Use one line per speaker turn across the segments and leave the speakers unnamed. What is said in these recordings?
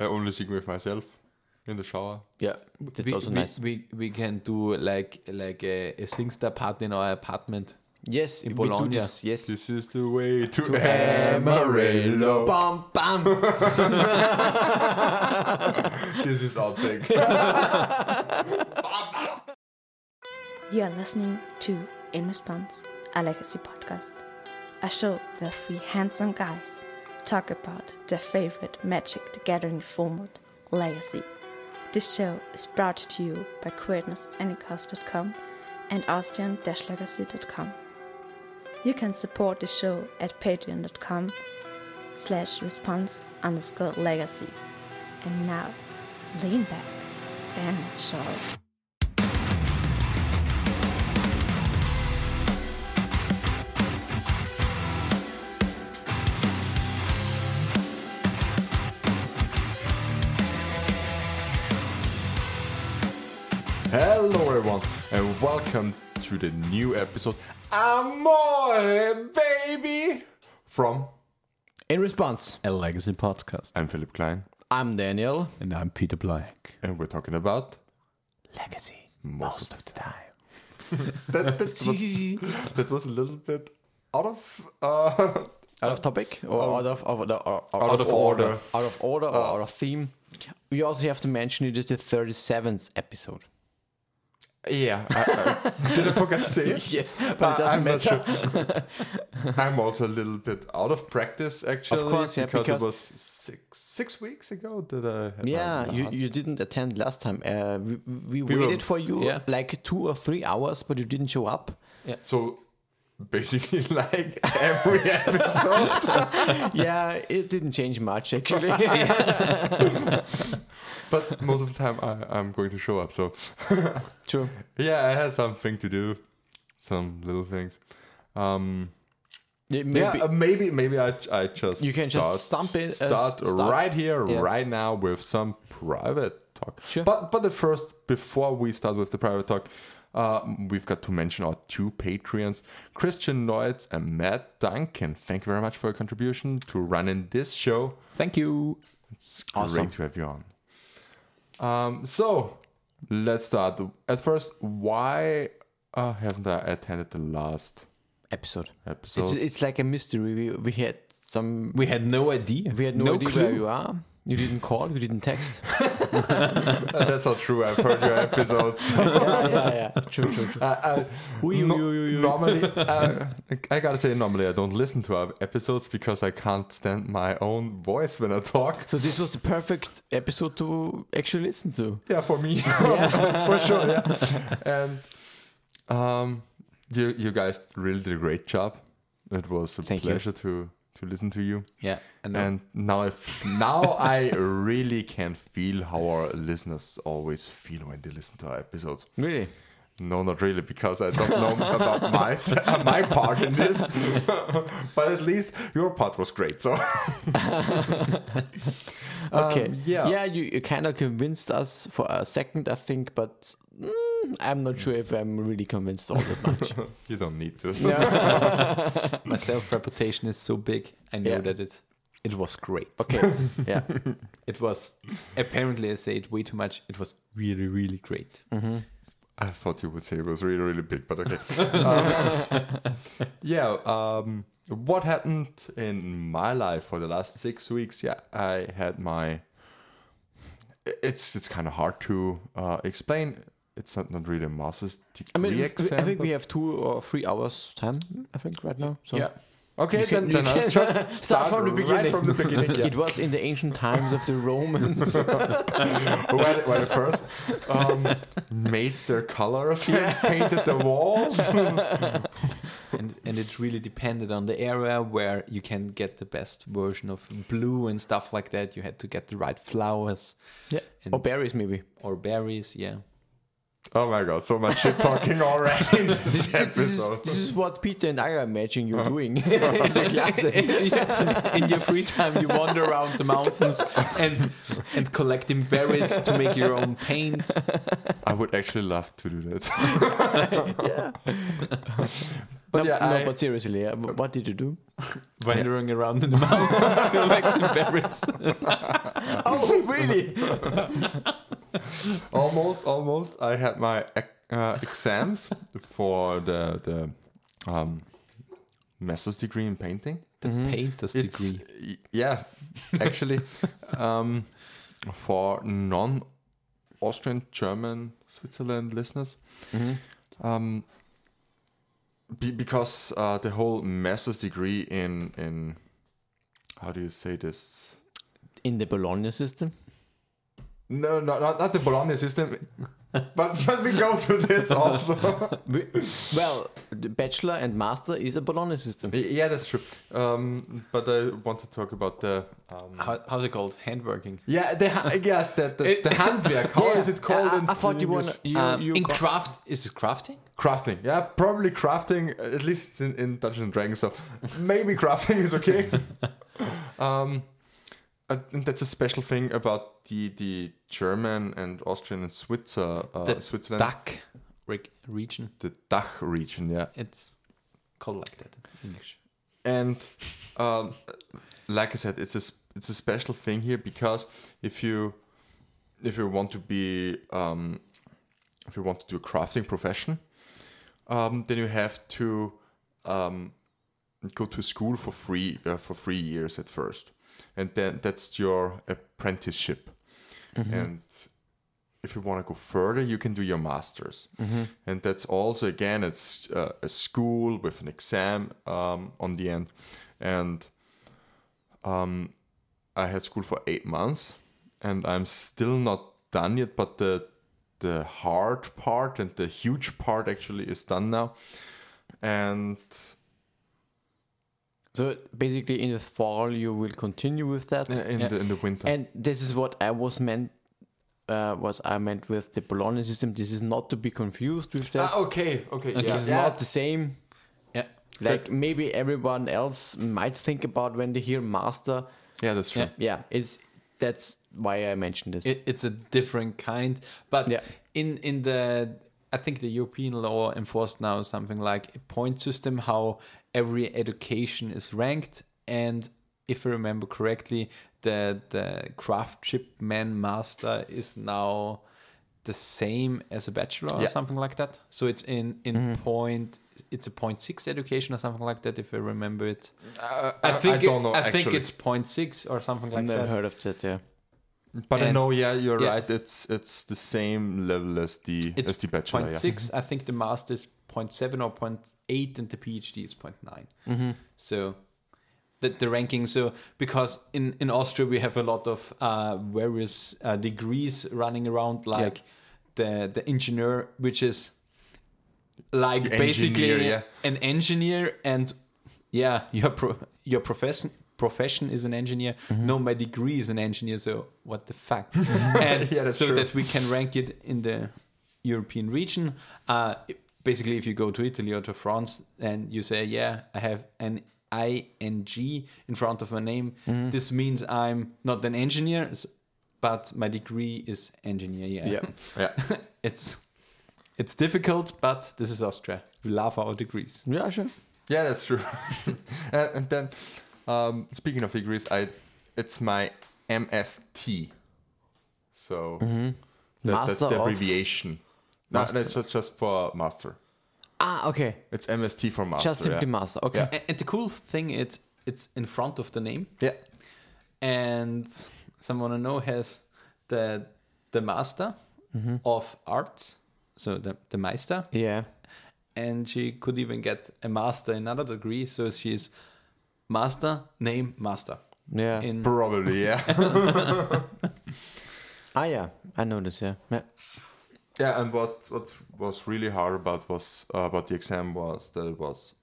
I only sing with myself in the shower.
Yeah, that's
we,
also
we,
nice.
We, we can do like like a, a singster party in our apartment.
yes, in
Bologna.
yes.
This is the way to, Amarillo.
Amarillo. Bam, bam.
this is outtake.
You are listening to In Response, a legacy podcast, a show where three handsome guys talk about their favorite Magic the Gathering format, Legacy. This show is brought to you by queerness@anycost.com and austrian-legacy.com. You can support the show at patreon.com slash response underscore legacy. And now, lean back and enjoy.
Hello, everyone, and welcome to the new episode Amore, baby! From
In response,
A legacy podcast.
I'm Philip Klein,
I'm Daniel.
And I'm Peter Black.
and we're talking about
Legacy.
most.
of the time.
That, that, was, that was a little bit out of uh,
Out of topic or out of, of, of- or- or-
Oh. Out of order. Ah.
Out of order or out of theme. We also have to mention it is the 37th episode.
yeah. I, I, did I forget to say it?
Yes, but
I-
it doesn't
I'm not
matter.
sure. I'm also a little bit out of practice, actually.
course, yeah,
because,
because-
it was six six weeks ago that I had my
Yeah, you,
last-
you didn't attend last time. Uh, we we,
were-
waited for you
yeah.
like two or three hours, but you didn't show up.
So basically, like every episode.
yeah, it didn't change much actually.
but most of the time, I, I'm going to show up. So
True.
yeah, I had something to do, some little things. Um,
Yeah,
yeah, uh, maybe maybe I I just
You can just stump in- uh,
start
s- start-
right here
yeah.
right now with some private talk.
Sure.
But but the first before we start with the private talk. Uh, we've got to mention our two Patreons, Christian Neutz and Matt Duncan. Thank you very much for your contribution to running this show.
Thank you.
It's
Awesome.
great to have you on. Um, so let's start. At first, why uh, haven't I attended the last
episode. It's,
episode?
it's like a mystery. We, we had some.
We had no idea.
We had no, idea
clue.
where you are. You didn't call. You didn't text.
Uh, That's not true. I've heard your episodes. I,
yeah, yeah, yeah. True, true, true.
I, Uh, no- normally, uh, I gotta say, normally I don't listen to our episodes because I can't stand my own voice when I talk.
So this was the perfect episode to actually listen to.
Yeah, for me, for sure. Yeah, and um, you you guys really did a great job. It was a
Thank you.
pleasure to to listen to you.
Yeah. And,
And now, if now I really can feel how our listeners always feel when they listen to our episodes.
Really?
No, not really, because I don't know about my my part in this. but at least your part was great. So
Okay.
yeah.
Yeah, you, you kind of convinced us for a second, I think, but mm, I'm not sure if I'm really convinced all that much.
you don't need to.
my self reputation is so big. I know
Yeah.
that it it was great.
Okay. Yeah.
It was apparently I say it way too much. It was really really great.
Mm-hmm.
I thought you would say it was really, really big, but okay. Um, yeah. Um, what happened in my life for the last six weeks? Yeah, I had my. It's it's kind of hard to uh, explain. It's not, not really a master's degree
I mean, we-
exam.
I think we
but-
have two or three hours time. I think right now. So
Okay,
You
then,
can-
then
you
I'll
can
just
start
start,
from the
Right
beginning.
from the beginning. Yeah.
It was in the ancient times of the Romans.
when, when I first um, made their colors and painted the walls.
and and it really depended on the area where you can get the best version of blue and stuff like that. You had to get the right flowers
yeah.
and,
Or berries, maybe.
or berries. Yeah,
Oh my god, so much shit talking already in this
This is,
episode.
this is what Peter and I are imagining
Uh-huh.
you're doing in the classes.
in your free time, you wander around the mountains and and collecting berries to make your own paint.
I would actually love to do that. But
no,
yeah,
no,
I-
but seriously, yeah, wh- what did you do?
Wandering around in the mountains collecting berries.
Oh, we really?
almost, almost. I had my ec- uh, exams for the the um, master's degree in painting.
The painter's
It's-
degree.
y- Yeah, actually, um, for non Austrian, German, Switzerland listeners, um, be, because uh, the whole master's degree in in how do you say this?
In the Bologna system?
No, no, not, not the Bologna system, but but we go to this also.
Well, the bachelor and master is a Bologna system.
yeah, that's true. Um, but I want to talk about the. Um,
How, how's it called? Handworking.
yeah, the ha- yeah, that, that's the handwerk. How is it called?
I,
in
I thought you
English?
were. You,
Um,
you
in
got-
craft, is it crafting?
Crafting, yeah, probably crafting, uh, at least in, in Dungeons and Dragons, so maybe crafting is okay. um, I think that's a special thing about the, the German and Austrian and Switzer, uh,
The
Switzerland.
Duck reg- region.
The Dach region, yeah.
It's called like that in English.
And um, like I said, it's a, s- it's a special thing here because if you if you want to be um, if you want to do a crafting profession, um, then you have to um, go to school for free uh, for three years at first, and then that's your apprenticeship. And if you want to go further, you can do your masters, and that's also again it's uh, a school with an exam um, on the end, and um, I had school for eight months, and I'm still not done yet. But the the hard part and the huge part actually is done now, and
So basically, in the fall, you will continue with that.
in the in the winter.
And this is what I was meant. Uh, what I meant with the Bologna system. This is not to be confused with that.
okay, okay,
Ah, yeah.
This is not the same.
Yeah.
Like maybe everyone else might think about when they hear master.
yeah, that's true.
Yeah.
Yeah, it's that's why I mentioned this.
It, it's a different kind. But
Yeah.
in in the I think the European law enforced now something like a point system, how every education is ranked, and if I remember correctly, the the craftsman master is now the same as a bachelor or
Yeah. Mm-hmm.
something like that. So it's in in point. It's a point six education or something like that, if I remember it.
Uh,
I think
I don't
it-
know.
I
actually.
think it's point six or something like
I've never
that.
heard of that. Yeah.
but I
and-
know. Yeah, you're
yeah.
right. It's it's the same level as the
It's
as the bachelor.
Point
yeah.
six, I think the master is point seven or point eight, and the PhD is point nine. So the, the ranking. So because in, in Austria we have a lot of uh, various uh, degrees running around, like the the engineer, which is like
The
basically
engineer, yeah.
an engineer, and yeah, your pro, your profession profession is an engineer.
Mm-hmm.
No, my degree is an engineer. So what the fuck? and
Yeah, that's
so
true.
that we can rank it in the European region. Uh, basically, if you go to Italy or to France and you say, "Yeah, I have an ing in front of my name,"
Mm-hmm.
this means I'm not an engineer, s- but my degree is engineer. Yeah,
Yeah.
it's it's difficult, but this is Austria. We love our degrees.
Yeah, sure.
Yeah, that's true. and, and then, um, speaking of degrees, I it's my MST. So that, that's
Mm-hmm. Master
the
of-
abbreviation. No,
Master.
that's just- just for master.
Ah, okay.
It's MST for master.
Just simply
yeah.
master. Okay.
Yeah.
A- And the cool thing is, it's in front of the name.
yeah.
and someone I know has the the master of arts, so the, the Meister,
Yeah.
and she could even get a master in another degree. So she's master name master
Yeah.
in
Probably, yeah.
ah, yeah. I know this. Yeah. yeah.
yeah, and what, what was really hard about was uh, about the exam was that it was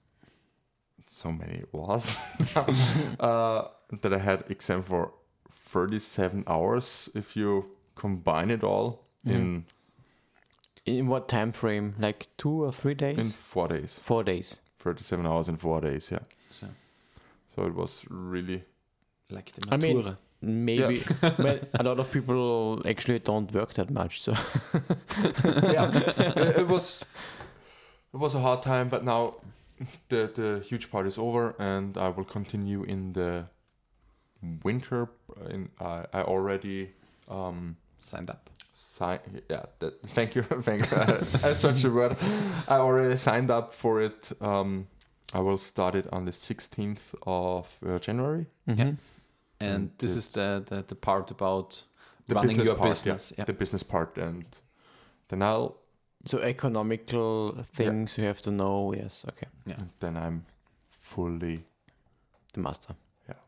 so many was uh, that I had exam for 37 hours if you combine it all in
In what time frame? Like two or three days?
in four days
Four days.
37 hours in four days yeah
so,
so it was really
like the
I mean-
Matura.
Maybe. well, a lot of people actually don't work that much. So.
yeah it, it was it was a hard time but now the the huge part is over and uh, i will continue in the winter in i i already um,
signed up.
sign. Yeah, that, thank you. thank I searched the word. I already signed up for it. Um, I will start it on the 16th of uh, January.
Mhm.
And,
And
this
it-
is the, the, the part about
The
running
business
your
part,
business. Yeah.
The business part, and then I'll
So economical things you have to know. Yes, okay.
then I'm fully
The master.
Yeah.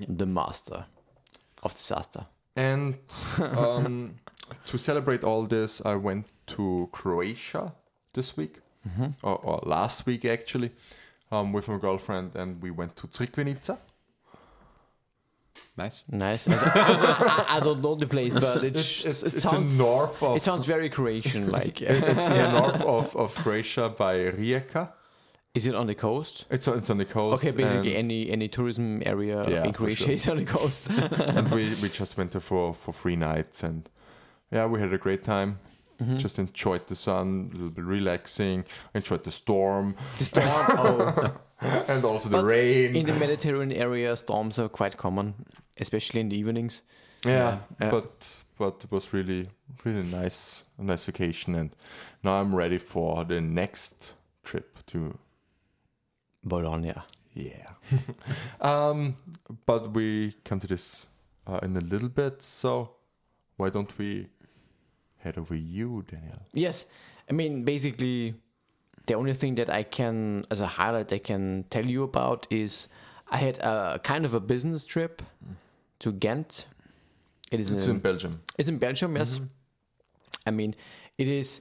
Yeah.
The master of disaster.
And um, to celebrate all this, I went to Croatia this week,
Mm-hmm.
or, or last week actually, um, with my girlfriend, and we went to Trikvenica.
Nice.
Nice. I, I- I- I don't know the place, but it's
it's- it's
it
in
sounds
north of-
It sounds very Croatian. Like,
It's near north of, of Croatia by Rijeka.
is it on the coast?
It's on, it's on the coast.
Okay, basically
and-
any any tourism area
Yeah,
in
for
Croatia
sure.
is on the coast.
And, we, we just went there for, for three nights, and yeah, we had a great time.
Mm-hmm.
Just enjoyed the sun, a little bit relaxing, enjoyed the storm,
the storm. Oh,
and also the
But
rain.
in the Mediterranean area, storms are quite common, especially in the evenings.
Yeah,
Yeah.
but but it was really really nice a nice vacation, and now I'm ready for the next trip to
Bologna.
yeah. um, but we come to this uh, in a little bit, so why don't we head over you, Daniel?
Yes, I mean basically, the only thing that I can, as a highlight, I can tell you about is I had a kind of a business trip to Ghent. It is
It's in Belgium.
It's in Belgium, yes. I mean, it is.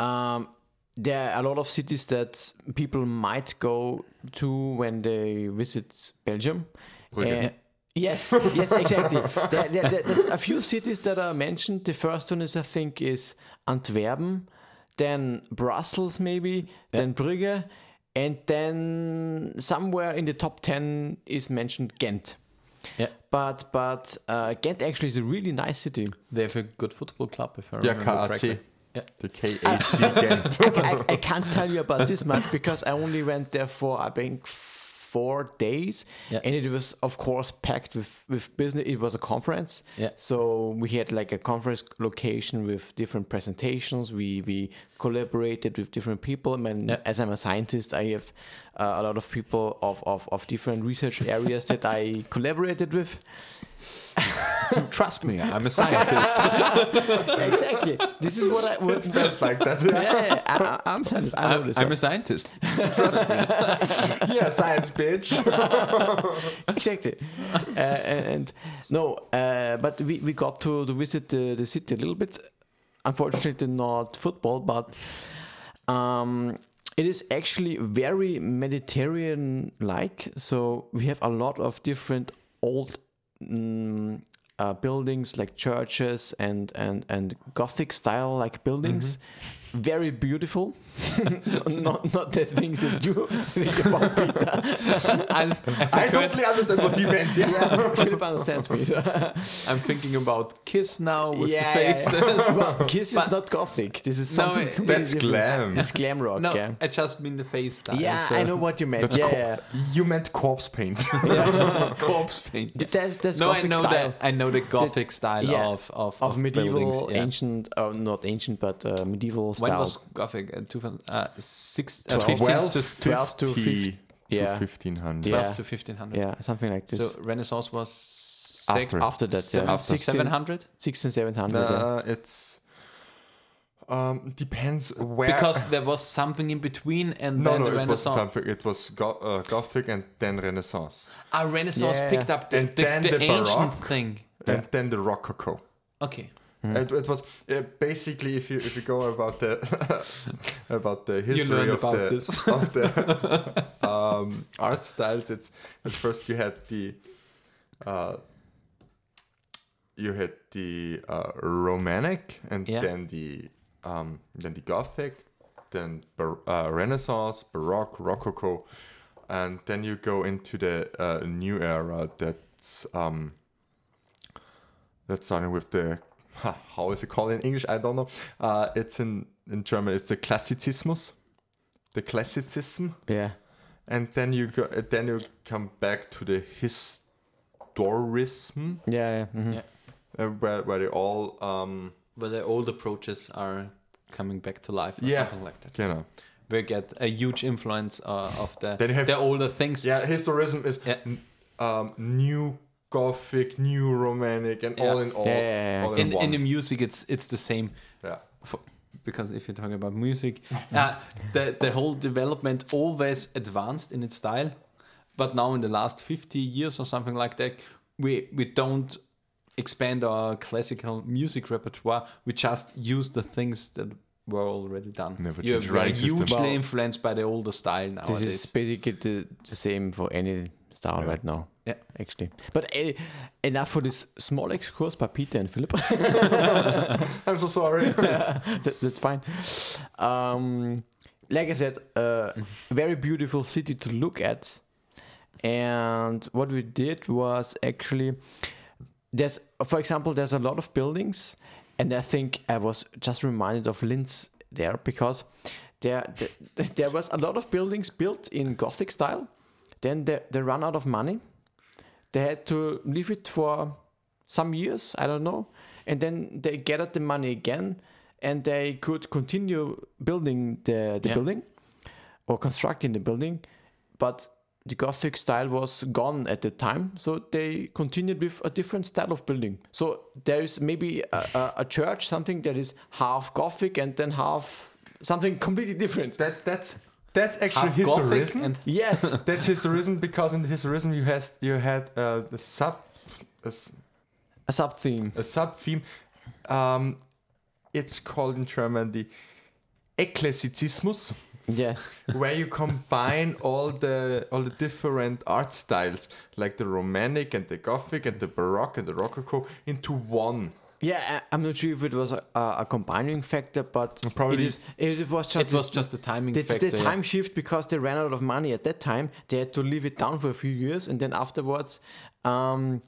Um, there are a lot of cities that people might go to when they visit Belgium.
Brugge.
Uh, yes, yes, exactly. there, there- there- there's a few cities that are mentioned. The first one is, I think, is Antwerpen, then Brussels, maybe, then Brugge, and then somewhere in the top ten is mentioned Ghent.
Yeah.
But but uh, Ghent actually is a really nice city.
They have a good football club, if I
Yeah,
remember
KAC.
correctly. Yeah.
The KAC Ghent.
I, I, I can't tell you about this much because I only went there for I think four days,
Yeah.
and it was of course packed with with business. It was a conference,
Yeah.
so we had like a conference location with different presentations. We we collaborated with different people. I mean,
Yeah.
as I'm a scientist, I have uh, a lot of people of, of of different research areas that I collaborated with.
Trust me, I'm a scientist.
exactly, this is what I what.
Felt like that.
Yeah, I, I- I'm, I know
I'm,
this.
I'm a scientist.
yeah, science bitch.
exactly. Uh, and, and no, uh, but we, we got to, to visit uh, the, the city a little bit. Unfortunately, not football, but um, it is actually very Mediterranean like. So we have a lot of different old mm, uh, buildings like churches and, and, and Gothic style like buildings.
Mm-hmm.
Very beautiful, not not that things that you think about Peter.
I,
I totally understand what he meant. Yeah.
Philip understands me.
am thinking about Kiss now with the face.
Well, Kiss is
But-
not gothic. This is
No,
something
it-
totally
That's
different.
glam.
It's glam rock.
no, uh,
yeah,
I just mean the face style.
yeah,
so-
I know what you meant.
That's
Yeah,
cool.
yeah.
You meant corpse paint.
Corpse paint.
Th- That's that's
No, I
gothic
know
style
that. I know the Gothic style
yeah,
of, of
of medieval,
buildings, yeah.
ancient, uh, not ancient, but uh, medieval
When
style.
was Gothic? Uh, two, uh, six, uh,
Twelve
Twelve.
15th to
to
12 to
50
fif-
to
yeah.
1500.
Yeah.
12 to 1500.
yeah, something like this.
So Renaissance was six,
After.
after that, yeah.
seven,
After.
700?
six and seven hundred. yeah.
Uh, it's um depends where
Because there was something in between and
no
then
no
the
it was
Renaissance.
something it was go- uh, gothic and then renaissance
Ah, Renaissance
Yeah.
picked up the,
And
the,
then
the
the
ancient
Baroque.
thing.
and then the rococo
Okay.
Mm-hmm.
it, it was uh, basically if you if you go about the about the history
learned
of
about
the
this.
of the um, art styles it's at first you had the uh, you had the uh, romantic and
Yeah.
then the um, then the gothic then bar- uh, renaissance baroque rococo and then you go into the uh, new era that's um, that's starting with the ha, how is it called in english i don't know uh, it's in in german it's the classicismus the classicism
yeah.
and then you go then you come back to the historism
Yeah, yeah, mhm.
Yeah.
uh, where where they all um
where the old approaches are coming back to life or
Yeah.
something like that.
you know
We get a huge influence uh, of the
Then you have-
the older things.
yeah historism is
Yeah.
um new gothic new romantic and all in all
Yeah, yeah, yeah.
all in,
In,
one
in the music, it's it's the same
yeah
for, because if you're talking about music, uh, the the whole development always advanced in its style, but now in the last fifty years or something like that, we we don't expand our classical music repertoire. We just use the things that were already done.
Never
You're
change writing system.
hugely
Well,
influenced by the older style nowadays.
This is basically the, the same for any style
Yeah.
right now.
Yeah.
Actually. But uh, enough for this small excursus by Peter and Philip.
i'm so sorry
that, that's fine. Um, like I said, uh, very beautiful city to look at. And what we did was actually, there's, for example, there's a lot of buildings, and I think I was just reminded of Linz there because there there, there was a lot of buildings built in Gothic style. Then they, they ran out of money. They had to leave it for some years, I don't know, and then they gathered the money again, and they could continue building the the
Yeah.
building or constructing the building, but the Gothic style was gone at the time, so they continued with a different style of building. So there is maybe a, a, a church, something that is half Gothic and then half something completely different.
that that's that's actually
Half Gothic
historism
and
Yes,
that's historism because in historism you has you had uh, the sub a, s-
a sub theme.
a sub theme um it's called in german the Eklektizismus,
Yeah,
where you combine all the all the different art styles, like the Romantic and the Gothic and the Baroque and the Rococo, into one.
yeah. I, I'm not sure if it was a, a, a combining factor, but
Probably-
it, is, it was just
it was just a timing
the,
factor.
the
yeah.
time shift because they ran out of money at that time. They had to leave it down for a few years, and then afterwards, um,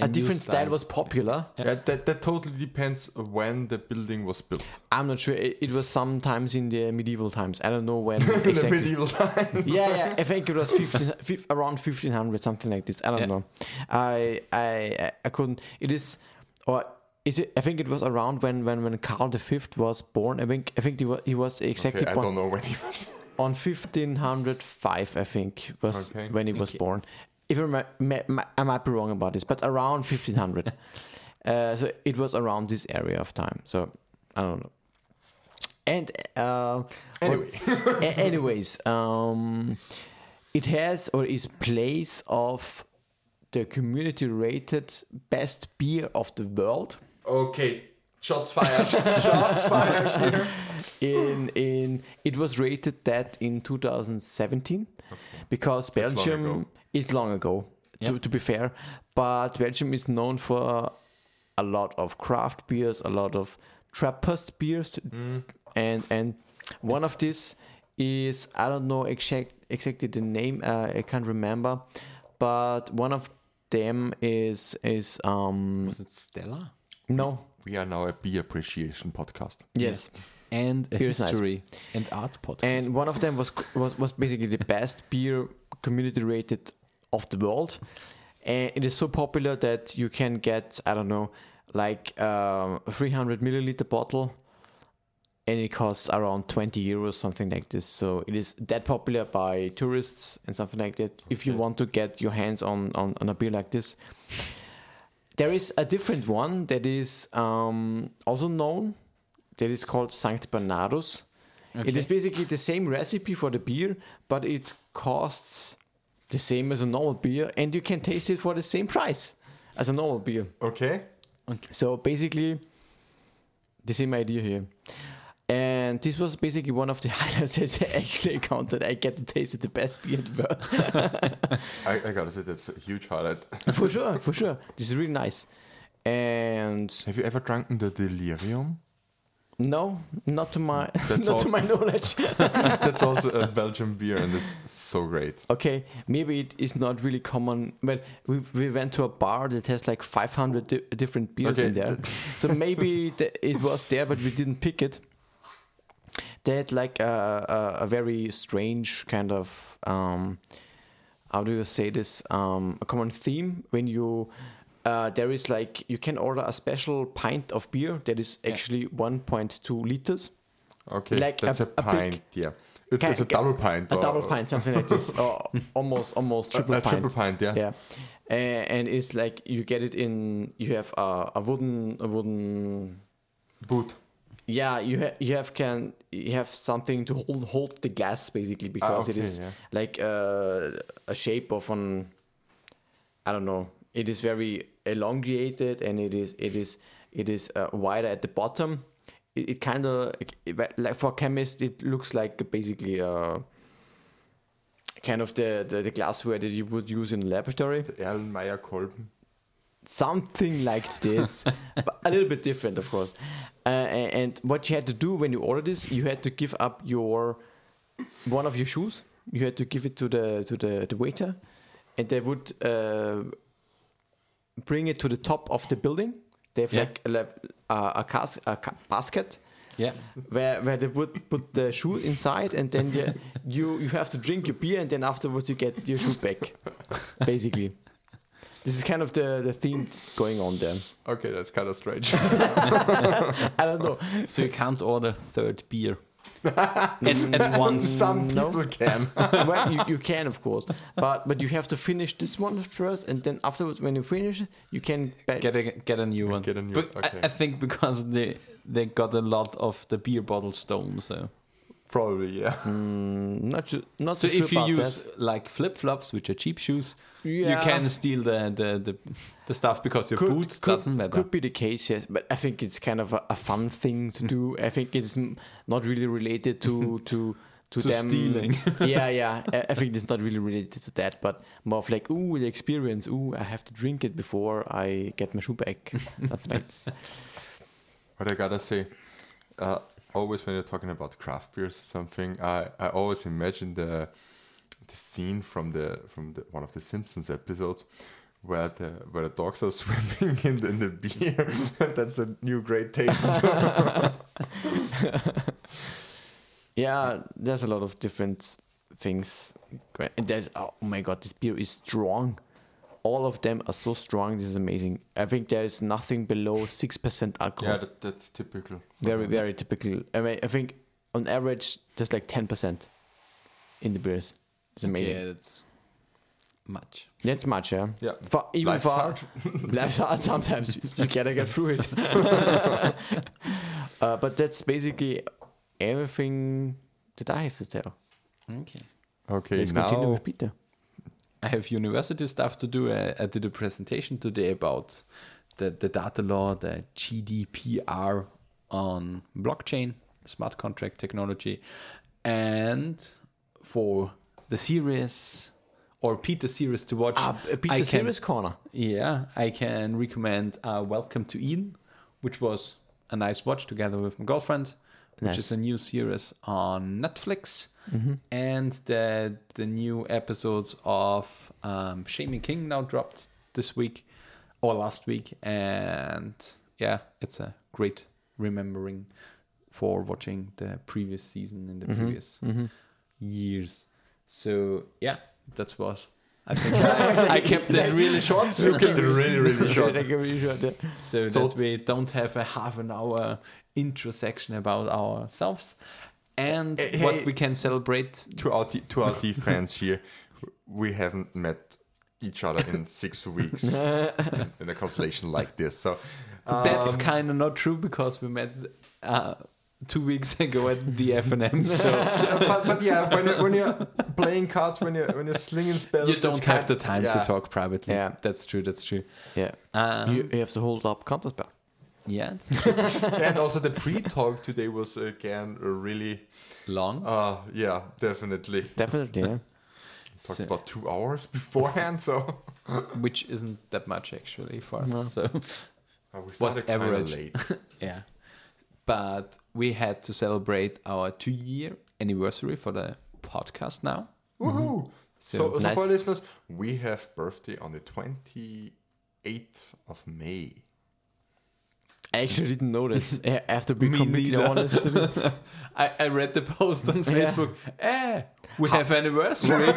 a,
new
different style.
style.
was popular.
Yeah, that, that totally depends when the building was built.
I'm not sure. It, it was sometimes in the medieval times. I don't know when
In the
exactly.
medieval time.
yeah, yeah, I think it was 15, fif- around 1500, something like this. I don't
Yeah.
know. I, I, I- I couldn't. It is, or is it? I think it was around when when when Carl V was born. I think I think he was he was exactly
Okay, I
born
don't know when he
on 1505 i think was
Okay.
when he was
Okay.
born if I, mi- mi- mi- I might be wrong about this but around 1500 uh, so it was around this area of time so i don't know and uh,
Anyway.
or- a- anyways um, it has or is place of the community rated best beer of the world
Okay, shots fired. shots fired here.
in in it was rated that in 2017 because
That's long
Belgium
ago.
is long ago to,
Yep.
to be fair but Belgium is known for a lot of craft beers a lot of Trappist beers
Mm.
and and one of these is I don't know exact, exactly the name uh, I can't remember but one of them is is um
Was it Stella?
no
We are now a beer appreciation podcast.
yes
And a
Here's nice.
history and art podcast.
and one of them was was was basically the best beer community rated of the world and it is so popular that you can get i don't know like um, a 300 milliliter bottle and it costs around 20 euros something like this so it is that popular by tourists and something like that if you
Okay.
want to get your hands on, on on a beer like this there is a different one that is um, also known that is called Sankt Bernardus. It is basically the same recipe for the beer, but it costs the same as a normal beer, and you can taste it for the same price as a normal beer.
Okay.
So basically, the same idea here. And this was basically one of the highlights that I actually encountered. I get to taste it the best beer in the world.
I, I gotta say, that's a huge highlight.
for sure, for sure. This is really nice. And
Have you ever drunk the delirium?
no, not to my
That's
not
all.
to my knowledge.
That's also a Belgian beer, and it's so great.
Okay, maybe it is not really common. Well, we, we went to a bar that has like 500 di- different beers
Okay.
in there. so maybe the, it was there, but we didn't pick it. They had like a, a, a very strange kind of, um, how do you say this, um, a common theme when you uh, there is like you can order a special pint of beer that is actually 1.2 liters,
Okay,
Like a-
that's a,
a big-
pint. yeah, it's,
Ca-
it's a
ca-
double pint.
a
or-
double
or-
pint, something like this, or Uh, almost almost
a-
triple
a
pint.
triple pint. Yeah.
yeah A- and it's like you get it in you have a, a wooden a wooden
Boot.
yeah you ha- you have can you have something to hold hold the glass basically because
Ah, okay,
it is
yeah.
like uh, a shape of an I don't know it is very elongated and it is it is it is uh, wider at the bottom it, it kind of like for chemists it looks like basically uh, kind of the, the the glassware that you would use in a laboratory
Erlenmeyer Kolben.
something like this, but a little bit different, of course. Uh, a- and what you had to do when you ordered this, you had to give up your one of your shoes. You had to give it to the to the, the waiter, and they would uh, bring it to the top of the building. They have
Yeah.
like a, lev- uh, a, a, cas- a ca- basket
Yeah.
where where they would put the shoe inside, and then you, you you have to drink your beer, and then afterwards you get your shoe back. Basically, this is kind of the the theme going on there.
Okay, that's kind of strange.
I don't know.
So you can't order third beer at, at once.
Some
No.
people can.
well, you, you can of course, but but you have to finish this one first, and then afterwards when you finish it, you can back.
Get a get a new one.
Get a new-
But
okay.
I, I think because they they got a lot of the beer bottle stolen. So
Probably, yeah.
Mm, not su- not
so
so sure
if you
about
use
that.
like flip flops, which are cheap shoes,
Yeah.
you can steal the the, the, the stuff because your
Could-
boots
could-
doesn't matter.
Could be the case, yes, but I think it's kind of a, a fun thing to do. I think it's m- not really related to to to,
To
them
stealing.
yeah, yeah. I, I think it's not really related to that, but more of like, ooh, the experience. Ooh, I have to drink it before I get my shoe back. That's nice.
But I gotta say, uh, always when you're talking about craft beers or something, I, I always imagine the the scene from the from the, one of the Simpsons episodes where the where the dogs are swimming in the, in the beer. That's a new great taste.
Yeah, there's a lot of different things. going- And there's oh my god, this beer is strong. All of them are so strong. This is amazing. I think there is nothing below six percent alcohol.
yeah, that, that's typical.
very very typical i mean i think on average there's like 10% in the beers it's amazing
Yeah, that's much.
that's much yeah
Yeah.
for even
Life's
for
hard.
life's hard sometimes you- you gotta get through it uh, but that's basically everything that i have to tell
Okay.
Okay,
let's continue
now
with peter
I have university stuff to do. I, I did a presentation today about the, the data law, the GDPR on blockchain, smart contract technology. And for the series or Peter series to watch,
ah, peter
I can,
serious corner
yeah, I can recommend uh, Welcome to Eden, which was a nice watch together with my girlfriend, which
Nice.
is a new series on Netflix, and the the new episodes of um, Shaming King now dropped this week or last week, and yeah, it's a great remembering for watching the previous season in the previous years. So yeah, that was. I think I, I kept it really short.
you get the really really short.
Like, really short, yeah.
So,
So-
that we don't have a half an hour intro section about ourselves and
Eh, hey.
what we can celebrate.
to our t- to our T fans here, we haven't met each other in six weeks in, in a constellation like this. So
That's
Um,
kind of not true because we met uh, two weeks ago at the FNM. So
but, but yeah, when you're, when you're playing cards, when you're when you're slinging spells,
you
it's
don't have
kind-
the time
yeah.
to talk privately.
Yeah.
That's true. That's true.
yeah
Um,
you, you have to hold up counter spell
yeah.
And also the pre-talk today was again really,
Long.
uh yeah, definitely
definitely yeah
talked
So-
about two hours beforehand. So
which isn't that much actually for us.
No.
So
Uh, we
Was
started kinda
average.
late.
Yeah. But we had to celebrate our two year anniversary for the podcast now.
Woohoo! So, so
Nice.
for listeners, we have birthday on the twenty eighth of May.
I actually didn't know this. I have to be
Me
completely
neither.
honest.
I, I read the post on
Yeah.
Facebook. Eh, we have anniversary.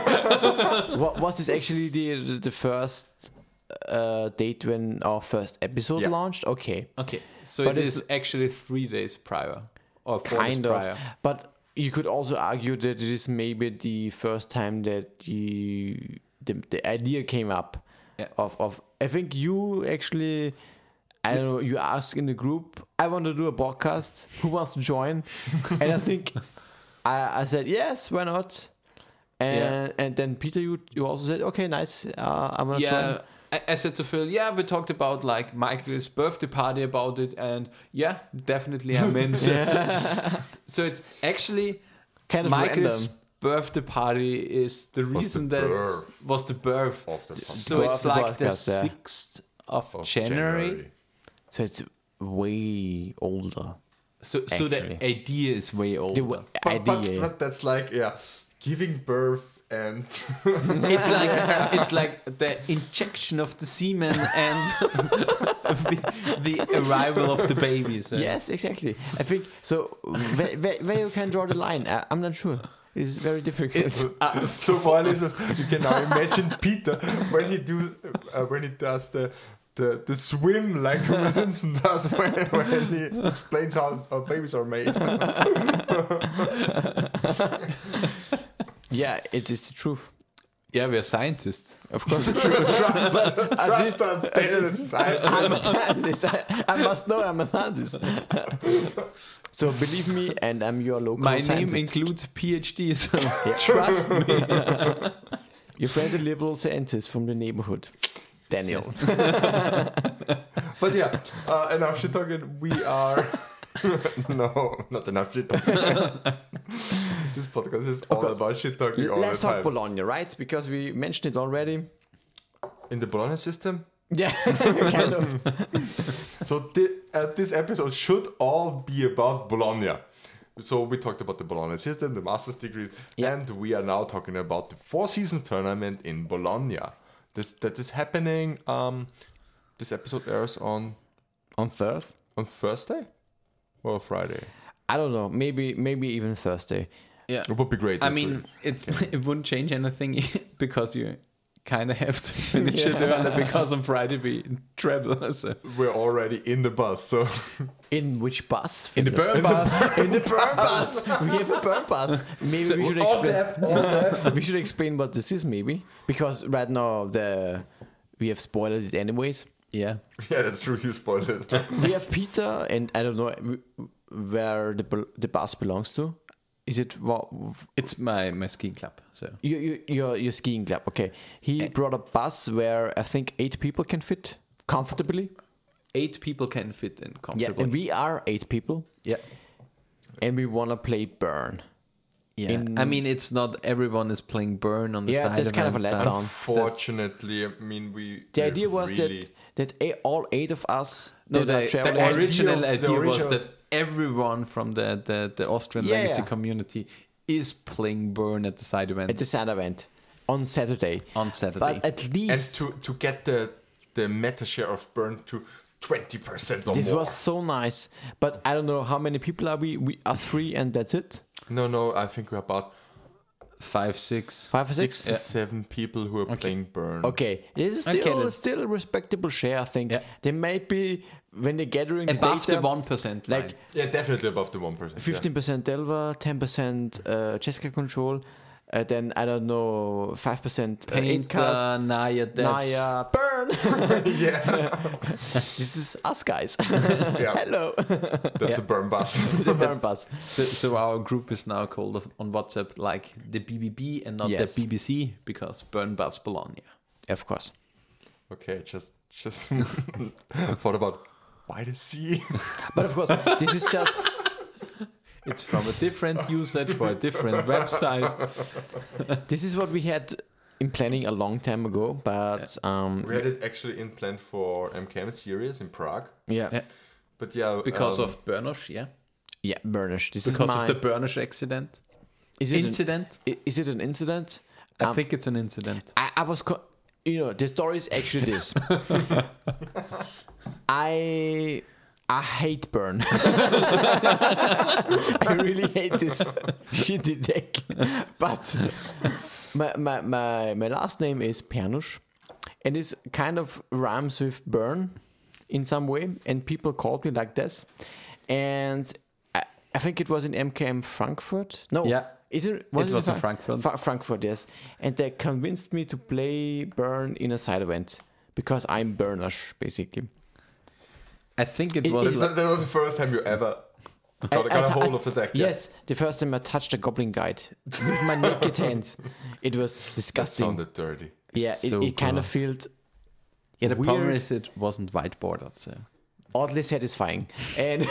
what what is actually the the, the first uh, date when our first episode
Yeah.
launched? Okay,
Okay, so
But
it
it's-
is actually three days prior or four
kind
days
of.
prior.
But you could also argue that it is maybe the first time that the the, the idea came up.
Yeah.
Of of I think you actually. I don't know. You asked in the group, I want to do a podcast. Who wants to join? and I think I, I said yes. Why not? And and then Peter, you you also said okay, nice. Uh, I want to join.
yeah, I, I said to Phil, yeah, we talked about like Michael's birthday party about it, and yeah, definitely I'm in. So, so it's actually
Kind of
Michael's
random.
birthday party is the
the
reason that
birth.
was the birth.
Of the
So
Birth
it's like the
podcast, yeah.
sixth of,
of
January.
So it's way older.
So so the
Actually.
idea is way older.
The w-
But, but-
idea.
but that's like, yeah, giving birth and
it's like it's like the injection of the semen and the, the arrival of the baby. So.
Yes, exactly. I think so. Where, where, where you can draw the line? I, I'm not sure. It's very difficult.
Uh,
So while is you can now imagine Peter when he do uh, when he does the the, the swim like Homer Simpson does when, when he explains how, how babies are made.
yeah, it is the truth,
yeah, we are scientists.
of course.
Trust,
least-
trust us, tell us science.
I'm a scientist. I, I must know I'm a scientist. so believe me, and I'm your local
My
scientist.
name includes PhD, so
Yeah.
trust me.
your friendly liberal scientist from the neighborhood, Daniel.
But yeah, uh, enough shit talking. We are no, not enough shit talking. this podcast is all
course.
about shit talking all
Let's
the
talk
time.
Bologna, right? Because we mentioned it already.
In the Bologna system,
Yeah, kind of.
So thi- uh, this episode should all be about Bologna. So we talked about the Bologna system, the master's degrees,
Yeah.
and we are now talking about the Four Seasons tournament in Bologna. This that is happening. Um, this episode airs on
On third.
on Thursday or Friday.
I don't know. Maybe, maybe even Thursday.
Yeah,
It would be great.
I
if we-
mean, it's it wouldn't change anything because you kind of have to finish it early because on Friday we travel. So.
we're already in the bus, so
In which bus?
In the
Philip?
burn bus.
in the burn bus. We have a burn bus. Maybe we should
all
explain.
that, all that.
We should explain what this is, maybe, because right now the we have spoiled it anyways.
Yeah,
Yeah, that's true. You spoiled it.
We have Peter, and I don't know wh- where the bel- the bus belongs to. Is it wa-
it's my my ski club. So
you, you, your your skiing club? Okay, he brought a bus where I think eight people can fit comfortably.
eight people can fit in
Yeah,
comfortably.
and we are eight people,
yeah.
and we wanna play burn.
Yeah,
In-
I mean, it's not everyone is playing Burn on the
Yeah,
side.
that's kind of
event,
a
but-
letdown.
Unfortunately, I mean, we.
The
we
idea was
really-
that that a- all eight of us
No,
that are
the,
traveling-
the original
The
idea was
original-
that everyone from the, the, the Austrian
Yeah,
legacy
yeah.
community is playing Burn at the side event
at the side event on Saturday.
on Saturday.
But at
and
least
to to get the the meta share of burn to twenty percent or
this
more.
was so nice. But I don't know how many people are we? We are three, and that's it.
No, no, I think we're about
Five, six.
uh, Five or six.
six to seven people who are playing Burn.
Okay, this is
Okay,
still
let's-
still a respectable share. I think
Yeah.
they might be when they're gathering the
Above the
data,
1% line.
like
Yeah, definitely above the one percent.
fifteen percent Delva, ten percent uh, Jessica Control, uh, then I don't know five percent uh, Cast,
Painter, Naya, Debs.
Naya, Burn.
Yeah,
this is us guys.
yeah, yeah
Hello,
that's a Burn bus.
the Burn bus.
So, so our group is now called of- on WhatsApp like the BBB and not
Yes.
the BBC because Burn Bus Bologna.
Of course.
okay, just just thought about why the sea.
But of course, this is just
It's from a different usage for a different website.
this is what we had in planning a long time ago. But um,
We had it actually in plan for MKM series in Prague,
yeah, yeah,
Yeah.
but yeah,
Because
um,
of Burnosh, yeah.
burnish. This
Because
is my,
of the Burnosh accident.
is it an,
Incident?
i- is it an incident?
I
Um,
think it's an incident.
I, I was, co- you know, the story is actually this. I I hate burn. I really hate this shitty deck. But my my my, my last name is Pernush, and this kind of rhymes with burn in some way, and people called me like this, and I, I think it was in MKM Frankfurt. No,
Yeah.
is it?
It
in
was in
Fran-
Frankfurt.
Fra- Frankfurt, yes, and they convinced me to play burn in a side event because I'm burnerish basically.
I think it
It-
was
it's
like,
That, that was the first time you ever got,
I-
got
I-
a hold
I-
of the deck. yeah.
Yes, the first time I touched a goblin guide with my naked hands, it was
That
disgusting.
sounded dirty.
yeah,
It's
it,
so
it kind of
gross.
felt
yeah. The problem
weird.
is it wasn't white bordered. So
oddly satisfying, and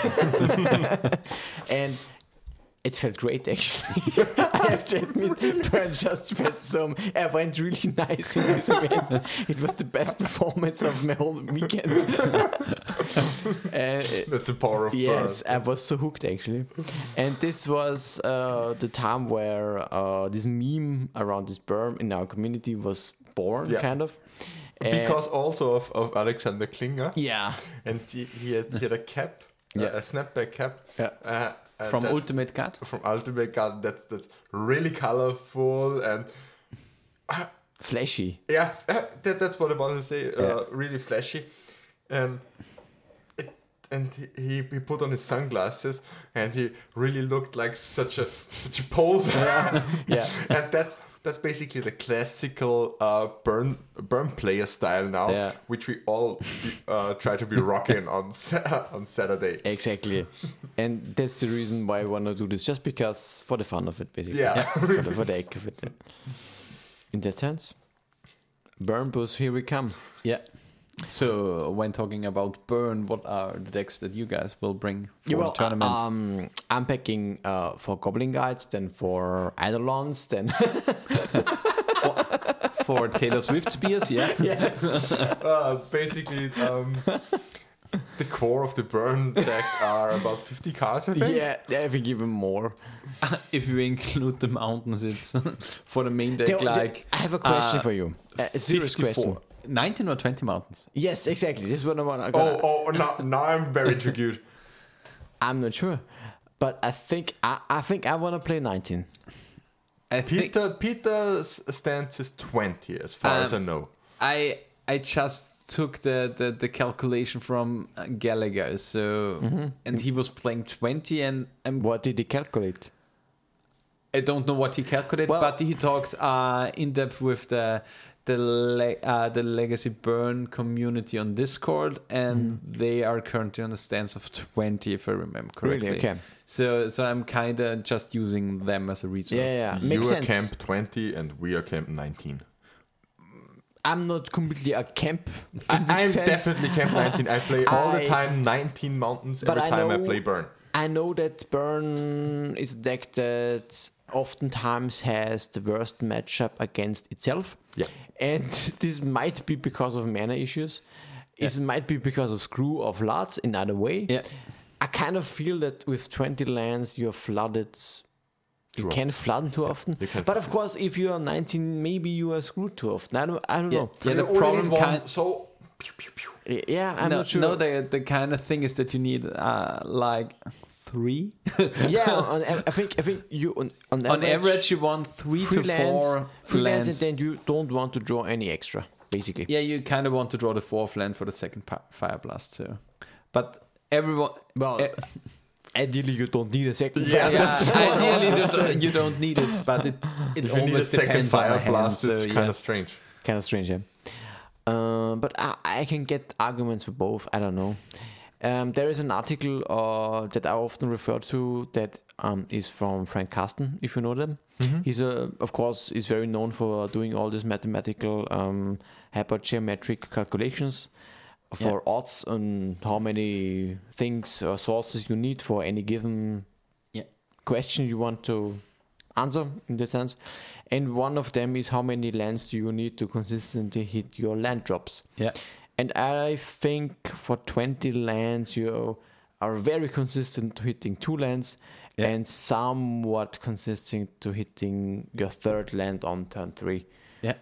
and it felt great actually. I have to admit, I just felt some. I went really nice in this event. It was the best performance of my whole weekend. Uh,
That's the power of
Yes, I was so hooked actually. And this was uh, the time where uh, this meme around this berm in our community was born,
Yeah.
kind of.
burn.
And-
Because also of, of Alexander Klinger.
yeah,
And he, he, had, he had a cap,
Yeah.
a, a snapback cap.
Yeah.
Uh, uh,
from
that-
Ultimate Cut,
from Ultimate Garden. That's, that's really colorful and
flashy.
Yeah, f- uh, that, that's what I wanted to say. Uh,
Yeah.
Really flashy, and it, and he- he he put on his sunglasses, and he really looked like such a such a poser.
Yeah.
and that's that's basically the classical uh, burn burn player style now,
Yeah.
which we all uh, try to be rocking on Sa- on Saturday.
Eh, Exactly. and that's the reason why I want to do this, just because for the fun of it, basically.
Yeah.
for, the, for the heck of it. In that sense, berm bus, here we come.
yeah. So when talking about burn, what are the decks that you guys will bring for
Yeah, well,
the tournament?
Um, I'm packing uh, for Goblin Guides, then for Eidolons, then
for Taylor Swift spears, yeah.
yes.
uh, basically, um, the core of the burn deck are about fifty cards, I think.
Yeah, I think even more.
If you include the mountains, it's for the main deck
Tell- tell-
like
I have a question
uh,
for you. A serious
54.
question.
19 or 20 mountains.
Yes, exactly. This is what I want. I'm,
Oh,
gonna-
oh, now, now I'm very too good.
I'm not sure, but I think I, I think I want to play 19.
I think
Peter Peter's stance is 20 as far as I
Um,
know.
I I just took the, the, the calculation from uh, Gallagher, so
Mm-hmm.
and he was playing 20, and I'm,
What did he calculate?
I don't know what he calculated,
Well-
but he talked uh, in depth with the the le- uh, the Legacy Burn community on Discord, and
Mm-hmm.
they are currently on the stance of 20, if I remember correctly.
Really? Okay.
So so I'm kind of just using them as a resource.
Yeah, yeah. Makes
you are
sense.
camp 20 and we are camp 19.
I'm not completely a camp.
I,
in this
am
sense.
definitely camp 19. I play all
I-
the time 19 mountains
But
every
I
time I
know-
play burn.
I know that Burn is a deck that oftentimes has the worst matchup against itself.
Yeah.
And this might be because of mana issues. It might be because of screw or floods in other way.
Yeah.
I kind of feel that with 20 lands you're flooded. You
Too
can flood too often.
you can
But of course, if you are 19, maybe you are screwed too often. I don't, I don't know.
Yeah, the
You already
problem
won,
kind
so pew, pew, pew.
Yeah, I'm
no,
not sure.
no, the the kind of thing is that you need uh, like three
yeah, on, I think I think you on, on
on average. You want three to
freelance,
four
freelance,
lands.
and then you don't want to draw any extra, basically.
Yeah, you kind of want to draw the fourth land for the second pa- fire blast. So, but everyone.
Well,
eh,
ideally you don't need a second.
Yeah,
yeah, ideally, you don't, you don't need it, but it it
If you need a
always
second
depends on the
fire
hand,
blast,
so
it's
yeah.
kind of strange.
kind of strange. Yeah. Um, but I, I can get arguments for both. I don't know. Um, there is an article uh, that I often refer to that um, is from Frank Carsten, if you know them. He's a, of course, is very known for doing all these mathematical um, hypergeometric calculations for odds on how many things or sources you need for any given
Yeah.
question you want to answer in that sense. And one of them is how many lands do you need to consistently hit your land drops?
Yeah.
And I think for 20 lands, you are very consistent to hitting two lands
Yeah.
and somewhat consistent to hitting your third land on turn three.
Yeah.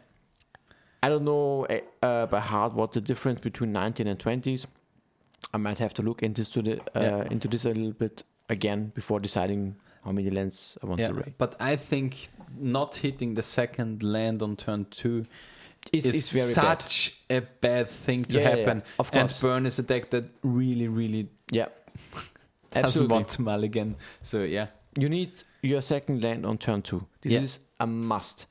I don't know eh, uh, by heart what the difference between 19 and 20s. I might have to look into, to the, uh,
Yeah.
into this a little bit again before deciding how many lands I want
Yeah,
to raise.
but I think not hitting the second land on turn two
It's,
is
it's very bad.
such a bad thing to
Yeah, yeah, yeah.
happen.
Of
And
course.
Burn is a deck that really, really
Yeah.
doesn't
Absolutely.
want to mulligan. So yeah.
You need your second land on turn two. This
Yeah.
is a must.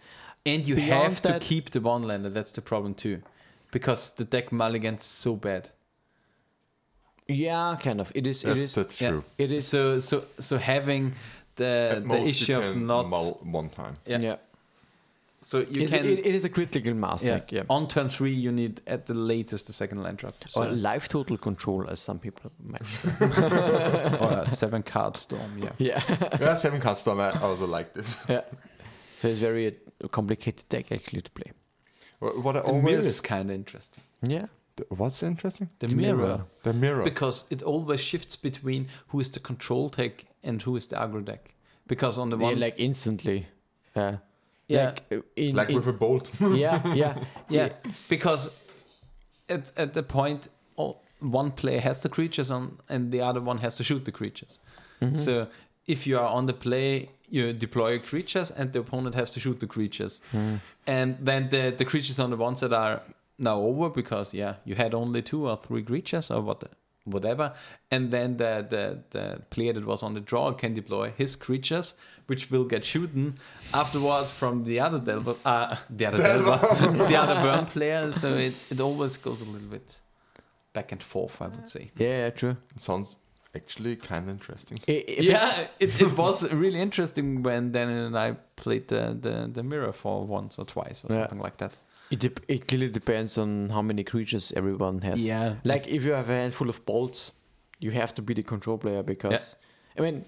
And you
Beyond
have to
that-
keep the one lander, that's the problem too. Because the deck mulligans so bad.
Yeah, kind of. It is. It
That's,
is.
that's
yeah.
true.
It is.
So so so having the
At
the
most you
issue of
can
not
mull one time.
yeah.
yeah.
so you
It's-
can
it- it is a critical mass
yeah. Oh,
deck, yeah.
on turn three you need at the latest the second land drop. So.
Or life total control, as some people might.
or a seven card storm, yeah.
yeah.
yeah, seven card storm. I also like this.
yeah. So it's very uh, complicated deck actually to play.
What what I
The mirror
always
is kind of interesting.
Yeah.
what's interesting?
The,
The
mirror.
mirror.
The mirror.
Because it always shifts between who is the control deck and who is the aggro deck. Because on the
yeah
one,
like instantly. Yeah.
Yeah.
Like, uh, in,
like
in-
with a bolt.
yeah, yeah,
yeah, because at at the point all, one player has the creatures on and the other one has to shoot the creatures. So if you are on the play, you deploy your creatures and the opponent has to shoot the creatures, and then the the creatures on the ones that are now over because yeah, you had only two or three creatures or what. Whatever, and then the, the the player that was on the draw can deploy his creatures, which will get shooten afterwards from the other delver, uh, the other delver, the other burn player. So it, it always goes a little bit back and forth, I would say.
yeah, yeah, true.
Sounds actually kind of interesting.
I- if it-
yeah, it, it was really interesting when Daniel and I played the, the, the mirror for once or twice or
Yeah.
something like that.
It, dep it clearly depends on how many creatures everyone has.
Yeah.
Like if you have a handful of bolts, you have to be the control player because I mean,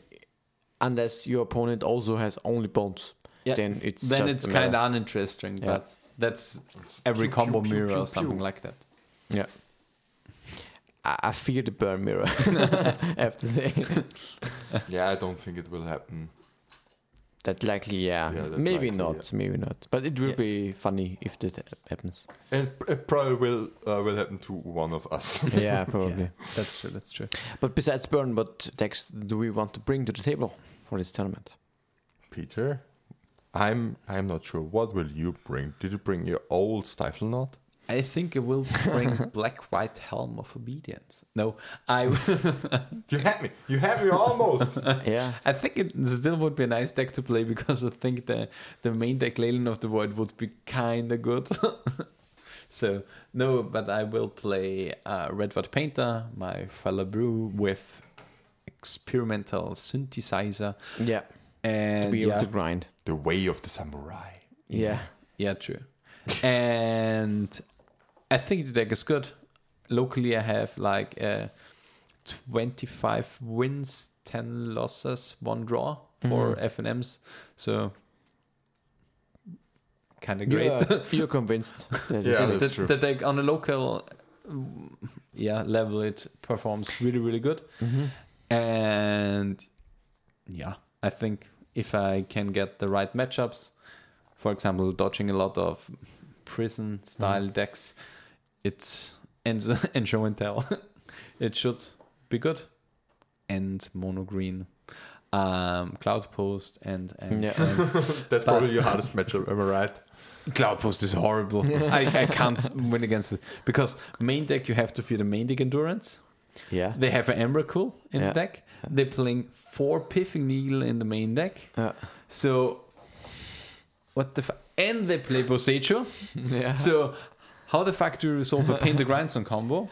unless your opponent also has only bolts,
Yeah.
then it's
Then
just
it's
a
kind
matter-
of uninteresting,
Yeah.
but that's every
pew,
combo
pew,
mirror
pew,
or something
pew.
like that.
yeah. I, I fear the burn mirror. I have to say
yeah, I don't think it will happen.
that likely, yeah,
Yeah, that
maybe
likely,
not, maybe not. But it will
Yeah.
be funny if that hap- happens.
It, it probably will uh, will happen to one of us.
yeah, probably.
Yeah, that's true. That's true.
But besides burn, what decks do we want to bring to the table for this tournament?
Peter, I'm I'm not sure. What will you bring? Did you bring your old stifle knot?
I think it will bring black white helm of obedience. No, I
You had me. You had me almost.
yeah.
I think it still would be a nice deck to play because I think the the main deck Leyland of the Void would be kinda good. so no, but I will play uh, Redwood Painter, my fellow brew with experimental synthesizer
Yeah. To
and
be able
yeah,
to grind.
the way of the samurai.
Yeah.
yeah, true. and I think the deck is good. Locally, I have like uh, 25 wins, 10 losses, one draw for FNMs. So kind of great.
You're, you're convinced. That
Yeah,
it's-
the,
that's true.
the deck on a local mm, yeah level, it performs really, really good.
Mm-hmm.
And yeah, I think if I can get the right matchups, for example, dodging a lot of prison style
Mm.
decks, it's and, and show and tell. it should be good. And mono green, um, cloud post, and, and,
Yeah.
and
That's probably your hardest matchup, am I right?
cloud post is horrible. I, I can't win against it because main deck you have to fear the main deck endurance.
yeah.
They have an Emrakul in the
Yeah.
deck. They're playing four Piffing Needle in the main deck.
Yeah.
So, what the fuck? And they play Bosecho.
yeah.
so, how the fuck do you resolve a Paint the Grindstone combo?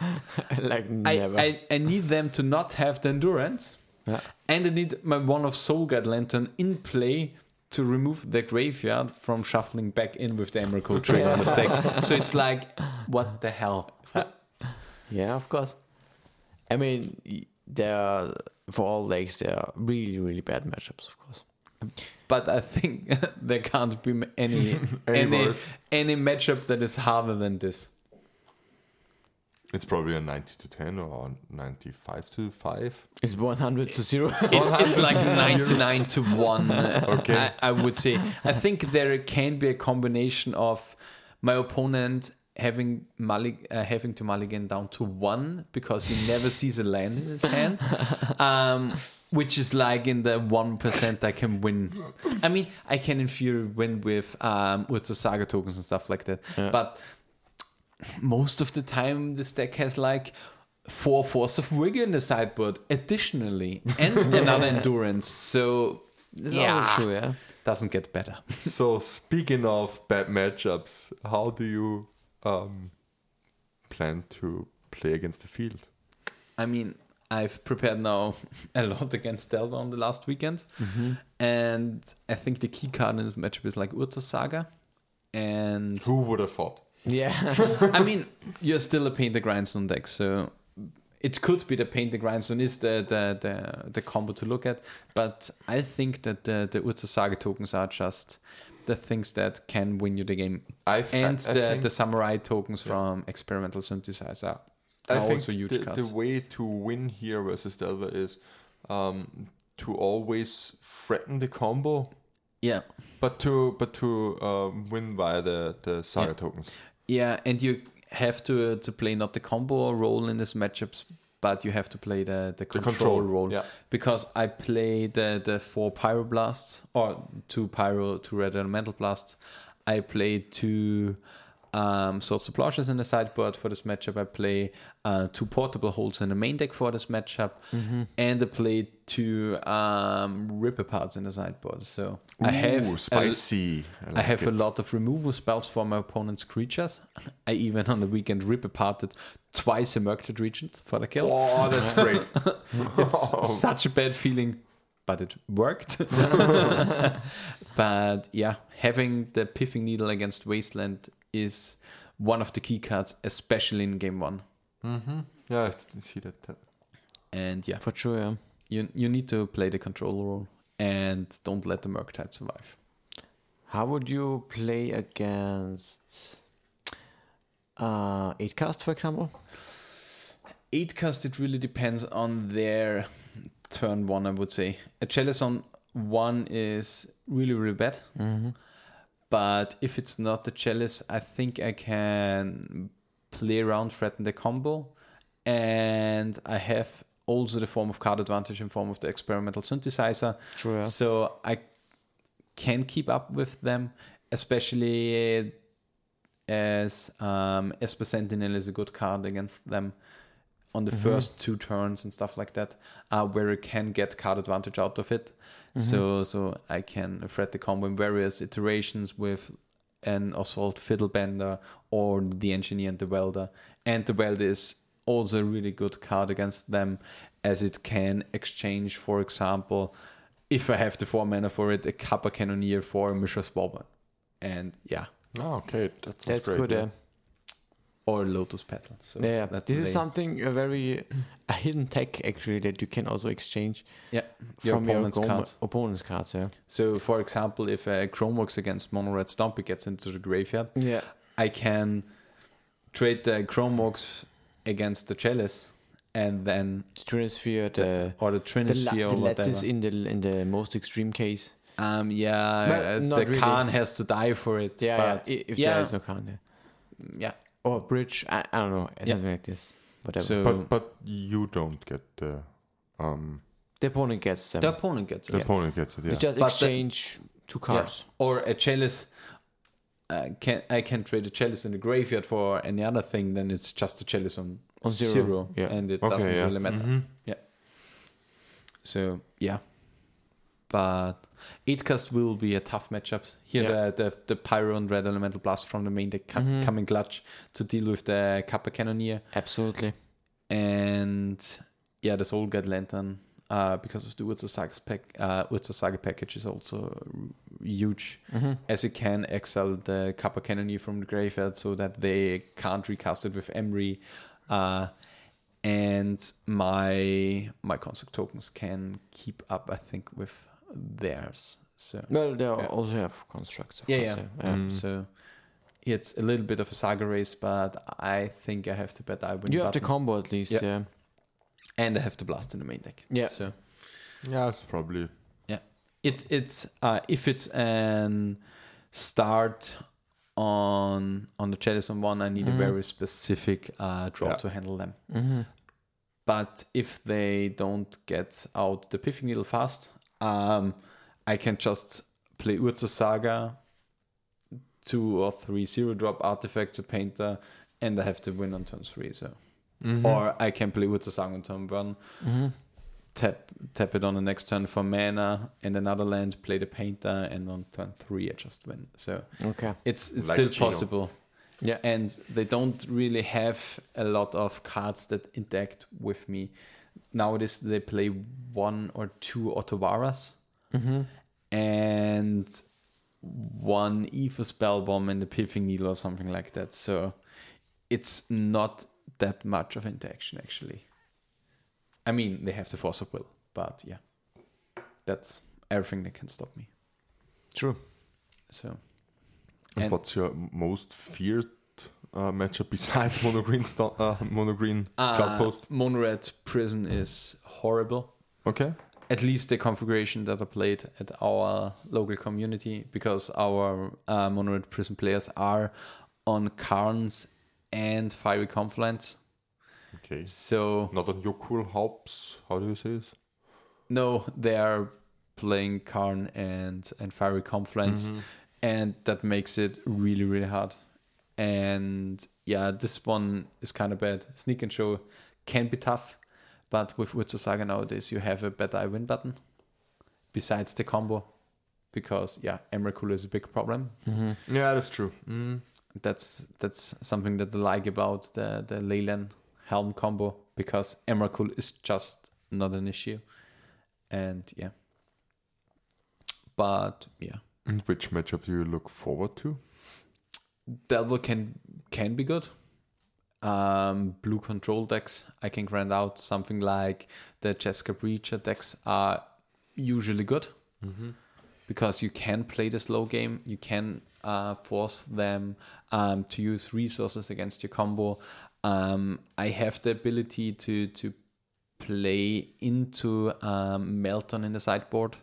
like
I,
never.
I, I need them to not have the Endurance.
Yeah.
And I need my one of Soul Guide Lantern in play to remove the graveyard from shuffling back in with the Emrakul trade on the stack. So, it's like, what the hell?
yeah, of course. I mean, y- there are, for all legs, there are really, really bad matchups, of course.
but I think there can't be m- any
Any
any,
worse.
any matchup that is harder than this.
It's probably a 90 to 10 or 95 to 5.
It's 100 to 0.
It's, it's like 99 to 1,
Okay.
okay. I, I would say. I think there can be a combination of my opponent having mullig- uh, having to mulligan down to 1 because he never sees a land in his hand, um, which is like in the one percent I can win. I mean, I can in theory win with um, Urza Saga tokens and stuff like that.
Yeah.
But most of the time, this deck has like four Force of Vigor in the sideboard, additionally, and another Endurance. So
That's
Yeah.
also true, yeah.
doesn't get better.
So speaking of bad matchups, how do you um, plan to play against the field?
I mean, I've prepared now a lot against Delva on the last weekend,
Mm-hmm.
and I think the key card in this matchup is like Urza Saga. And
Who would have thought?
Yeah.
I mean, you're still a paint the grindstone deck, so it could be the paint the grindstone is the the the, the combo to look at. But I think that the, the Urza Saga tokens are just the things that can win you the game,
I th-
and
I- I
the
think-
the samurai tokens from Experimental Synthesizer are
I think
also huge
the,
cards.
the way to win here versus Delver is um, to always threaten the combo,
yeah.
but to but to um, win via the the saga
Yeah.
tokens.
Yeah, and you have to uh, to play not the combo role in these matchups, but you have to play the the
The
control, role
Yeah.
because I play the the four pyroblasts or two pyro, two red elemental blasts. I play two um, source of Ploshes in the sideboard for this matchup. I play uh, two portable holds in the main deck for this matchup,
Mm-hmm.
and I play two um, ripper parts in the sideboard. So I have
Ooh,
a-
spicy.
I have
like it.
a lot of removal spells for my opponent's creatures. I even on the weekend rip aparted twice a Murktide Regent for the kill.
Oh, that's great.
It's such a bad feeling, but it worked. but yeah, having the Piffing Needle against Wasteland is one of the key cards, especially in game one.
mm-hmm. Yeah, I s- see that. that-
And yeah,
For sure, yeah.
you, you need to play the control role and don't let the Murktide survive.
How would you play against uh, 8cast, for example?
eight cast it really depends on their turn one i would say a chalice on one is really really bad
Mm-hmm.
but if it's not the chalice i think i can play around threaten the combo and i have also the form of card advantage in form of the experimental synthesizer
True, yeah.
so I can keep up with them, especially as um, Esper Sentinel is a good card against them on the first two turns and stuff like that, uh, where you can get card advantage out of it. So so I can threat the combo in various iterations with an Assault Fiddlebender or the Engineer and the Welder. And the Welder is also a really good card against them as it can exchange, for example, if I have the four mana for it, a Kappa Cannoneer for a Mishra's Wobble. And yeah,
Oh, okay, that sounds
That's
great.
good,
yeah.
eh?
yeah.
or Lotus Petal. So
Yeah, yeah.
that's
this is
the-
something a very a hidden tech actually that you can also exchange
Yeah, your
from
opponent's
your gom-
cards.
opponent's cards. Yeah,
So, for example, if a Chromeworks against Mono Red Stompy gets into the graveyard,
yeah,
I can trade the Chromeworks against the Chalice and then,
the Trinisphere, the
or the
the, la-
Trinisphere
the
or
lattice
whatever.
in the in the most extreme case.
um, yeah,
Well,
uh,
not
the
really.
Khan has to die for it.
Yeah,
but
yeah. i- If
yeah. Mm,
there is no card, yeah.
yeah.
or bridge. I, I don't know
Yeah.
something like this. Whatever.
So
But but you don't get the um
the opponent gets them.
the opponent gets it.
the opponent gets it.
You
Yeah.
just
But the-
exchange two cards.
or a chalice. Uh, can I can trade a chalice in the graveyard for any other thing? Then it's just a chalice on,
On zero, yeah.
and it
okay,
doesn't
yeah.
really matter.
Mhm.
Mm-hmm.
So yeah, but eight cast will be a tough matchup. Here
Yeah.
the, the the pyro and red elemental blast from the main deck com-
Mhm.
come in clutch to deal with the kappa cannoneer
Absolutely.
and yeah, the Soul Guide Lantern, uh, because of the Urza Saga, pack, uh, Urza Saga package, is also huge,
Mm-hmm.
as it can exile the Kappa Cannoneer from the graveyard so that they can't recast it with Emery. Uh, and my my construct tokens can keep up, I think, with theirs. So
Well, they
Yeah.
also have constructs. Of
Yeah,
course,
yeah. Mm-hmm.
yeah.
Mm-hmm.
so it's a little bit of a saga race, but I think I have to bet I win.
You have the
button.
combo at least.
Yeah.
Yeah. yeah.
and I have to blast in the main deck.
Yeah.
So
Yeah, it's probably
it's it's uh, if it's an start on on the chalice on one, I need a
Mhm.
very specific uh, draw
Yeah.
to handle them.
Mm-hmm.
But if they don't get out the Piffing Needle fast, um, I can just play Urza Saga, two or three zero drop artifacts, a painter, and I have to win on turn three. So,
Mm-hmm.
or I can play Urza Saga on turn one,
Mm-hmm.
tap tap it on the next turn for mana and another land, play the painter, and on turn three I just win. So
Okay.
it's, it's
Like
still
a Chino.
possible.
Yeah.
And they don't really have a lot of cards that interact with me. Nowadays, they play one or two Otovaras
Mm-hmm.
and one Aether Spell Bomb and a Piffing Needle or something like that. So it's not that much of interaction, actually. I mean, they have the Force of Will, but yeah. That's everything that can stop me.
True.
So.
And,
And-
what's your most feared uh, matchup besides mono green sto- uh, mono green cloud
Uh,
post?
Monorad Prison is horrible.
Okay.
At least the configuration that I played at our local community, because our uh, Monorad Prison players are on Karns and Fiery Confluence.
Okay.
So,
Not on your cool hops. How do you say this?
no, they are playing Karn and, and Fiery Confluence. and that makes it really really hard and yeah this one is kind of bad sneak and show can be tough but with Urza Saga nowadays you have a better I win button besides the combo because yeah Emrakul is a big problem
Mm-hmm.
Yeah, that's true. Mm.
that's that's something that I like about the the Leyland Helm combo because Emrakul is just not an issue and yeah but yeah
And which matchup do you look forward to?
Delver can can be good. Um, blue control decks, I can grind out something like the Jessica Breacher decks are usually good because you can play the slow game. You can uh, force them um, to use resources against your combo. Um, I have the ability to to play into um, Melton in the sideboard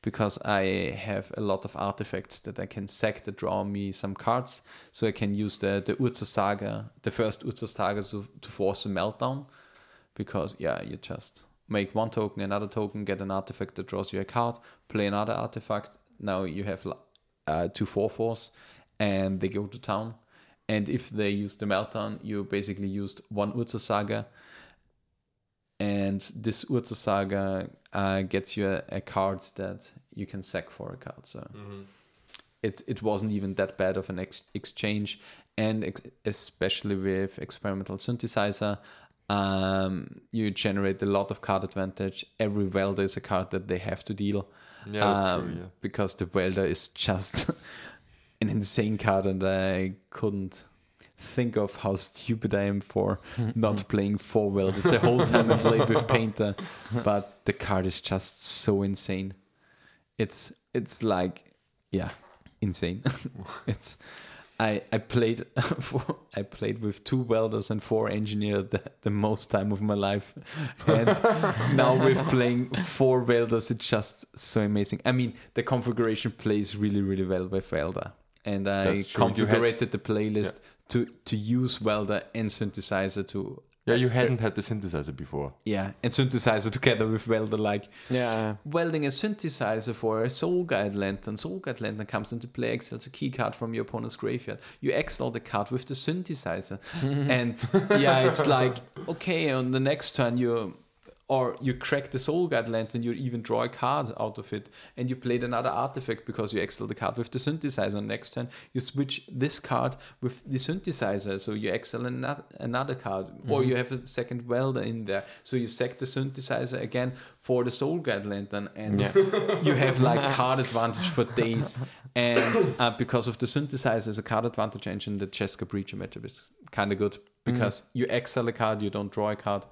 because I have a lot of artifacts that I can sack that draw me some cards. So I can use the the Urza Saga, the first Urza Saga to, to force a meltdown. Because yeah, you just make one token, another token, get an artifact that draws you a card, play another artifact. Now you have li- uh, two four fours, and they go to town. And if they use the meltdown, you basically used one Urza Saga, and this Urza Saga uh, gets you a, a card that you can sack for a card. So it it wasn't even that bad of an ex- exchange, and ex- especially with experimental synthesizer, um, you generate a lot of card advantage. Every welder is a card that they have to deal.
Yeah, that's er true.
um,
Yeah.
Because the welder is just an insane card, and I couldn't think of how stupid I am for not playing four welders the whole time I played with painter. But the card is just so insane. It's it's like yeah, insane. it's I I played for, I played with two welders and four engineer the, the most time of my life, and now with playing four welders, it's just so amazing. I mean, the configuration plays really really well with welder, and I
That's true. You had-
configured the playlist to to use welder and synthesizer to
Yeah, you
uh,
hadn't had the synthesizer before.
yeah and synthesizer together with welder like
Yeah.
welding a synthesizer for a soul guide lantern. Soul guide lantern comes into play, exiles a key card from your opponent's graveyard. You exile the card with the synthesizer. and yeah, it's like, okay, on the next turn you or you crack the soul guide lantern, you even draw a card out of it, and you played another artifact because you exile the card with the synthesizer. And next turn you switch this card with the synthesizer, so you exile another, another card, or you have a second welder in there, so you sack the synthesizer again for the soul guide lantern, and
Yeah.
you have like card advantage for days. And uh, because of the synthesizer, the card advantage engine, the Cheska Breacher matchup is kind of good because you exile a card, you don't draw a card.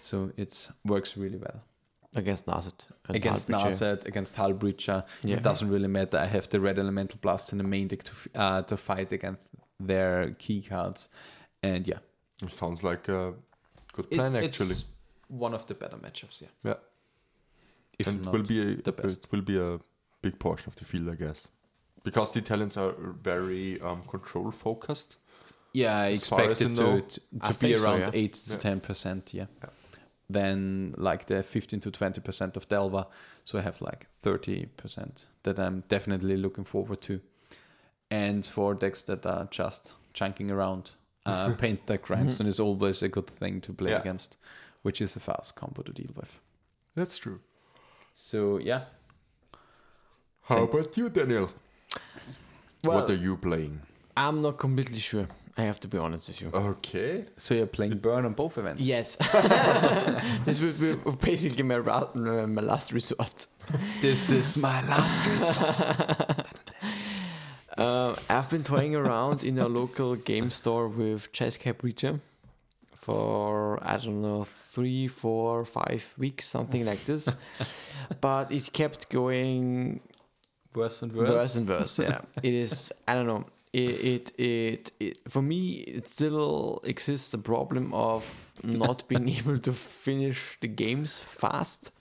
So it works really well.
Mm. Against Naset. and
against
Halbreacher.
Narset, against Hull Breacher,
Yeah.
it doesn't really matter. I have the red elemental blast in the main deck to, f- uh, to fight against their key cards. And yeah,
It sounds like a good
it-
plan,
it's
actually.
one of the better matchups, yeah.
Yeah.
If
and it
not
will be a,
the best.
it will be a big portion of the field, I guess, because the Italians are very um, control focused.
Yeah, I
As far
expect
as
it
I know.
to, to,
I
be
think so,
around
yeah.
8 to
Yeah.
10%, yeah.
Yeah.
than like the 15 to 20 percent of Delva. So I have like 30 percent that I'm definitely looking forward to. And for decks that are just chunking around, uh, paint deck grindstone is always a good thing to play
Yeah.
against, which is a fast combo to deal with.
That's true.
So yeah,
How
Thank-
about you, Daniel? what
Well-
are you playing?
I'm not completely sure. I have to be honest with you.
Okay.
so you're playing burn on both events.
Yes. this will be basically my, ra- my last resort.
This is my last resort.
Uh, I've been toying around in a local game store with Chess Cap Reacher for I don't know three, four, five weeks, something like this. but it kept going
Worse and worse.
worse, and worse. Yeah, it is. I don't know. It, it it it for me it still exists the problem of not being able to finish the games fast.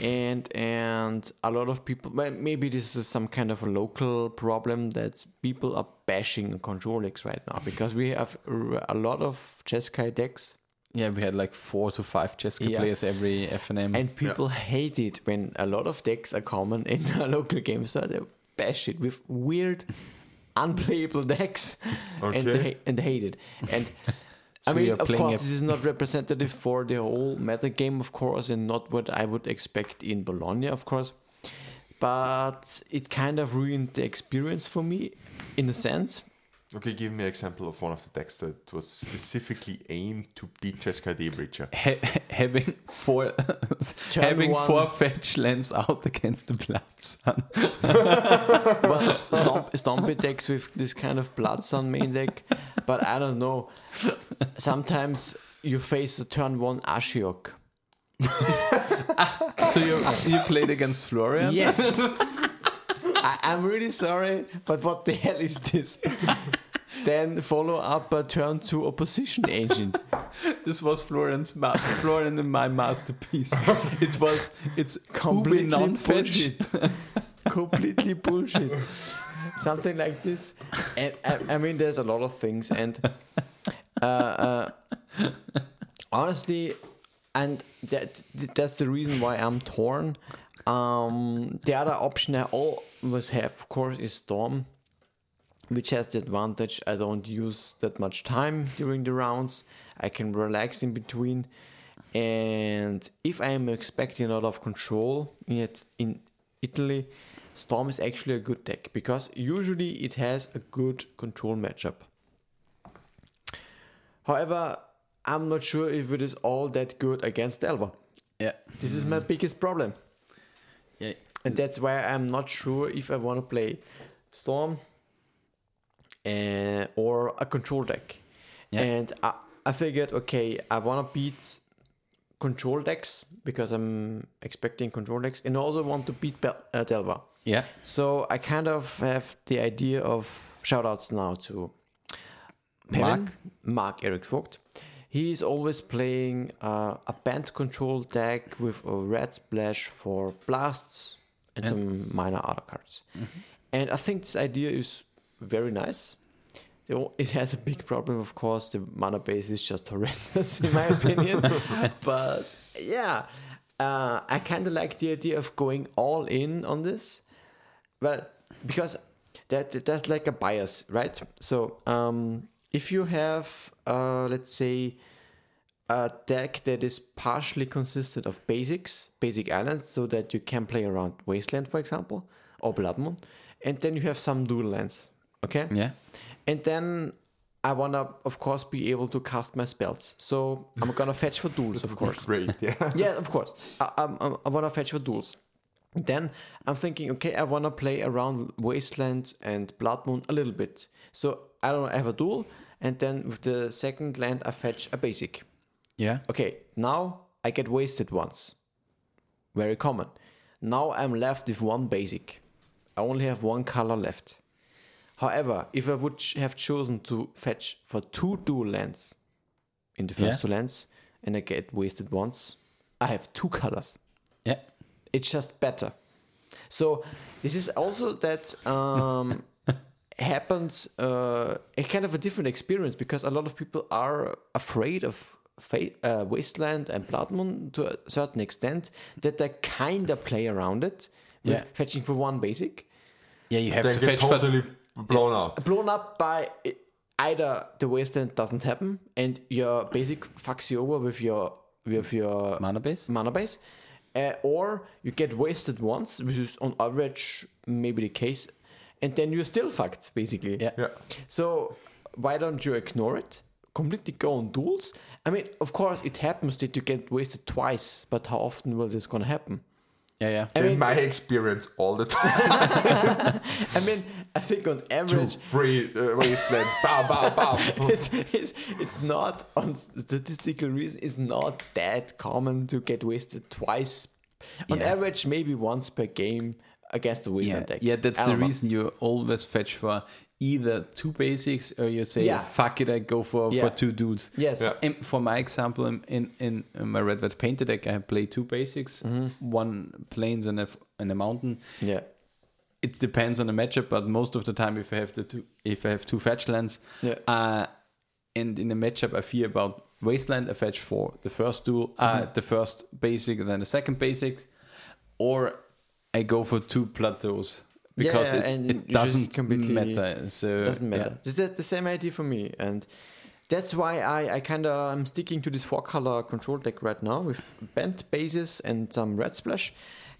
And and a lot of people well, maybe this is some kind of a local problem that people are bashing Control X right now because we have r- a lot of Jeskai decks
Yeah, we had like four to five Jessica
Yeah.
players every FNM.
And people hate it when a lot of decks are common in a local game store. They bash it with weird, unplayable decks, and
Okay.
they and they hate it. And
So
I mean,
you're
of
playing
course,
a-
this is not representative for the whole meta game, of course, and not what I would expect in Bologna, of course. But it kind of ruined the experience for me, in a sense.
Okay, give me an example of one of the decks that was specifically aimed to beat Jessica D. Breacher.
ha- having four
Turn
having
one-
four fetch lands out against the blood sun.
well, st- stomp, stompy decks with this kind of blood sun main deck, but I don't know. Sometimes you face a turn one Ashiok.
so you you played against Florian.
Yes. I, I'm really sorry, but what the hell is this? then follow up a turn two opposition agent.
This was Florian's ma- Florian and my masterpiece. It was it's
Completely
completely non fetch.
bullshit. completely bullshit. Something like this. And I, I mean, there's a lot of things. And uh, uh, honestly, and that that's the reason why I'm torn. Um, the other option I always have, of course, is Storm, which has the advantage I don't use that much time during the rounds. I can relax in between. And if I am expecting a lot of control in it, in Italy, Storm is actually a good deck because usually it has a good control matchup. However, I'm not sure if it is all that good against Delver.
Yeah.
This is my biggest problem.
Yeah.
And that's why I'm not sure if I want to play Storm uh, or a control deck.
Yeah.
And I, I figured, okay, I want to beat control decks because I'm expecting control decks and I also want to beat Bel- uh, Delva.
Yeah.
So I kind of have the idea of shoutouts now to Mark,
Mark.
Mark Eric Vogt. He is always playing uh, a band control deck with a red splash for blasts and
Yeah.
some minor other cards. And I think this idea is very nice. The o- It has a big problem, of course. The mana base is just horrendous, in my opinion. but yeah, uh, I kind of like the idea of going all in on this. Well, because that that's like a bias, right? So um, if you have, uh, let's say, a deck that is partially consisted of basics, basic islands, so that you can play around Wasteland, for example, or Blood Moon, and then you have some dual lands, okay?
Yeah.
And then I wanna, of course, be able to cast my spells. So I'm gonna fetch for duels, of course
Great, yeah.
yeah, of course. I, I'm, I'm- I want to fetch for duels. Then I'm thinking, okay, I want to play around Wasteland and Blood Moon a little bit. So I don't know, I have a duel, and then with the second land, I fetch a basic.
Yeah.
Okay, now I get wasted once. Very common. Now I'm left with one basic. I only have one color left. However, if I would ch- have chosen to fetch for two dual lands in the first
Yeah.
two lands and I get wasted once, I have two colors.
Yeah.
It's just better. So this is also that um, happens uh, a kind of a different experience because a lot of people are afraid of fa- uh, Wasteland and Blood Moon to a certain extent that they kind of play around it. with
Yeah.
Fetching for one basic.
Yeah, you have
They
to
get
fetch for
totally blown out.
Blown up by i- either the Wasteland doesn't happen and your basic fucks you over with your with your
mana base.
mana base, uh, or you get wasted once, which is on average maybe the case, and then you're still fucked basically.
Yeah.
Yeah.
So why don't you ignore it? Completely go on duels. I mean, of course, it happens that you get wasted twice, but how often will this gonna happen?
Yeah, yeah.
I
In
mean,
my experience, all the time,
I mean, I think on average,
free uh, wastelands, bow, bow, bow.
it's, it's it's not on statistical reason. It's not that common to get wasted twice. On
Yeah.
average, maybe once per game against the
Yeah,
wasteland deck.
yeah, that's
I
the
don't know.
reason you always fetch for either two basics or you say,
Yeah.
fuck it, I go for,
Yeah.
for two dudes.
Yes.
Yeah.
And for my example, in, in, in my Red White Painter deck, I play two basics,
Mm-hmm.
one plains and a, f- and a mountain.
Yeah.
It depends on the matchup, but most of the time, if I have the two, if I have two fetch lands,
Yeah.
uh, and in the matchup, I fear about Wasteland. I fetch for the first duel, uh,
Mm-hmm.
the first basic, and then the second basic, or I go for two plateaus
Yeah,
because
yeah,
it,
and
it
you just
doesn't
completely-
matter. So
doesn't
Uh, yeah.
matter. This is the same idea for me, and that's why I, I kind of am sticking to this four color control deck right now with bent bases and some red splash.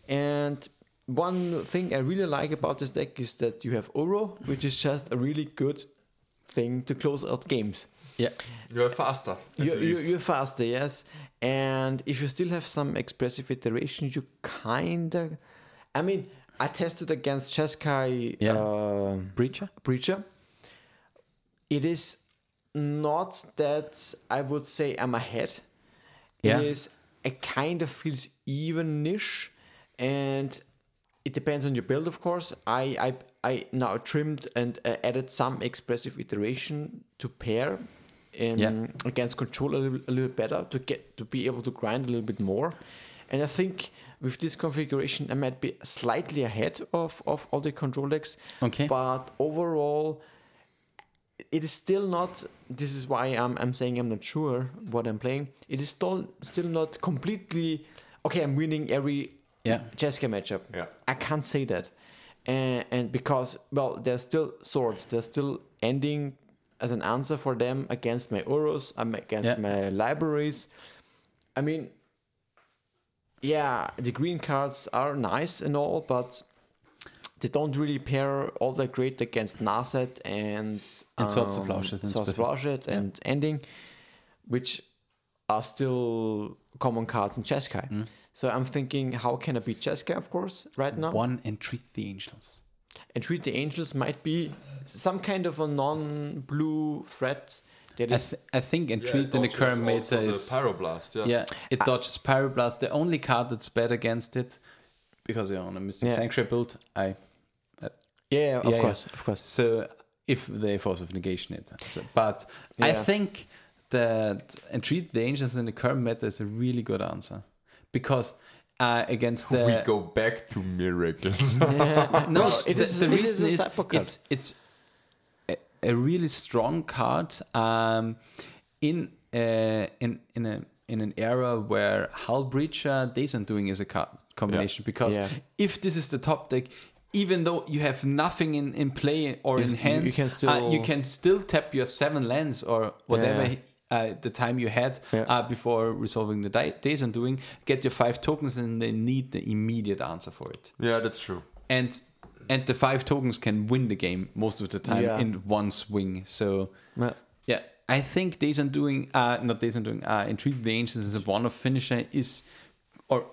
And one thing I really like about this deck is that you have Uro, which is just a really good thing to close out games.
You're faster. at
You're, you're,
least.
you're faster, yes. And if you still have some expressive iteration, you kind of. I mean, I tested against Cheskai.
Yeah.
um,
Breacher.
Preacher. It is not that I would say I'm ahead.
Yeah.
It is it kind of feels even-ish, and it depends on your build, of course. I I, I now trimmed and uh, added some expressive iteration to pair in
Yeah.
against control a little, a little better to get to be able to grind a little bit more. And I think with this configuration, I might be slightly ahead of of all the control decks
Okay.
but overall it is still not this is why I'm, I'm saying i'm not sure what i'm playing it is still still not completely okay i'm winning every
Yeah.
jessica matchup
Yeah.
i can't say that and, and because well there's still swords there's still ending as an answer for them against my oros i'm against
Yeah.
my libraries i mean yeah the green cards are nice and all but they don't really pair all that great against Narset and um,
And Swords of Lausches in
Swords of
specific.
Lausches and Ending, which are still common cards in Cheskai.
Mm.
So I'm thinking, how can I beat Cheskai, of course, right now?
One and treat the angels.
And Treat the Angels might be some kind of a non-blue threat that
I,
is...
th- I think and
Yeah,
treat in the
dodges
current
also
meta
the
is
pyroblast. Yeah.
yeah. It dodges pyroblast. The only card that's bad against it because you're on a mystic
Yeah.
sanctuary build. I
yeah, of
Yeah, yeah.
course, of course.
So if they force of negation it. So, but I
Yeah.
think that and treat the ancients in the current meta is a really good answer because uh, against the
We go back to miracles.
no,
Well, it
the,
is-
the
it is
reason
a
is,
cyber card.
it's it's a, a really strong card um, in uh, in in a in an era where Hull Breacher Days Undoing is a card combination because
Yeah.
if this is the top deck. Even though you have nothing in, in play or
You-
in
you-
hand,
you can
uh, you
still-
can still tap your seven lands or whatever
Yeah.
uh, the time you had
Yeah.
uh, before resolving the di- days undoing. Get your five tokens, and they need the immediate answer for it
yeah, that's true.
and and the five tokens can win the game most of the time
Yeah.
in one swing. So
Well,
yeah, I think Days Undoing, uh, not Days Undoing, uh, Entreat the Ancients as a one-off finisher is or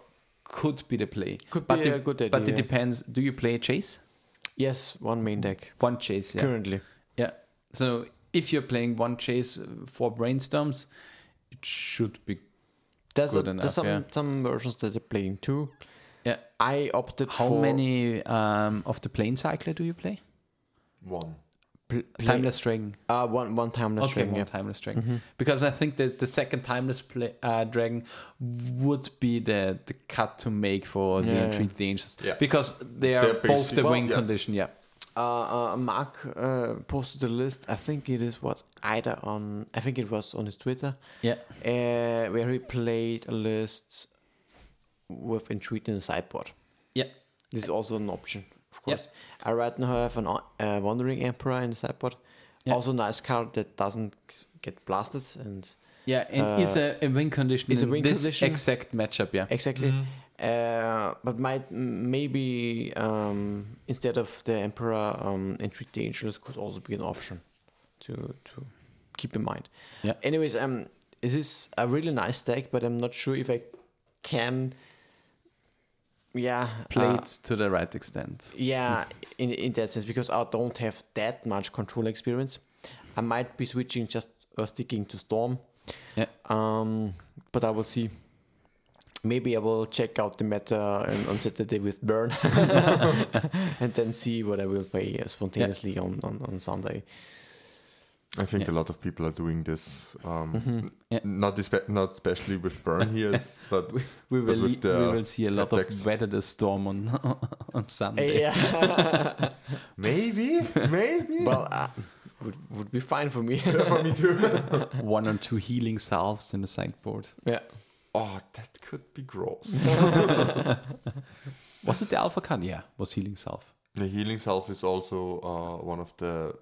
could be the play.
Could
but
be
the-
a good
But
idea,
it
yeah.
depends. Do you play chase?
yes, one main deck,
One chase, yeah.
currently.
Yeah. So if you're playing one chase uh, for brainstorms, it should be
There's, a,
Good enough,
there's some,
yeah.
some versions that are playing too.
yeah.
I opted
How
for
many um, of the plane cycler do you play?
One.
pl- play-
Timeless Ring.
Uh, one one timeless
okay,
string,
more
yeah. Mm-hmm.
timeless dragon. Because I think that the second timeless play, uh, dragon would be the, the cut to make for the
Yeah,
entreat the angels
Yeah.
because they are
They're
both
basic-
the
Well,
win
yeah.
condition. Yeah,
uh, uh, Mark uh, posted the list. I think it is what either on. I think it was on his Twitter.
Yeah.
Uh, where he played a list with entreat in the sideboard.
Yeah.
This is also an option, of
Yeah.
course. I right now have an uh, Wandering Emperor in the sideboard.
Yeah.
Also, nice card that doesn't get blasted and
Yeah, and
Uh,
is a, a win condition
is a
in
win
this
condition.
exact matchup, yeah.
exactly. Uh, but might m- maybe um, instead of the emperor, um, entreat the angels could also be an option to to keep in mind.
Yeah.
Anyways, um, this is a really nice deck, but I'm not sure if I can. Yeah.
Played
uh,
to the right extent.
yeah, in in that sense, because I don't have that much control experience, I might be switching just or sticking to storm.
Yeah.
Um, but I will see. Maybe I will check out the meta and on Saturday with Burn, and then see what I will play uh, spontaneously on, on on Sunday.
I think a lot of people are doing this. Um, n-
Yeah.
Not espe- not especially with burn here, s- but
We
But
will,
with
le-
the
we will see a lot
attacks.
of weather the storm on on Sunday.
Yeah.
maybe, maybe.
well, uh, would would be fine for me.
for me too.
One or two healing salves in the sideboard.
yeah.
Oh, that could be gross.
Was it the Alpha card? Yeah, was healing salve.
the healing self is also uh, one of the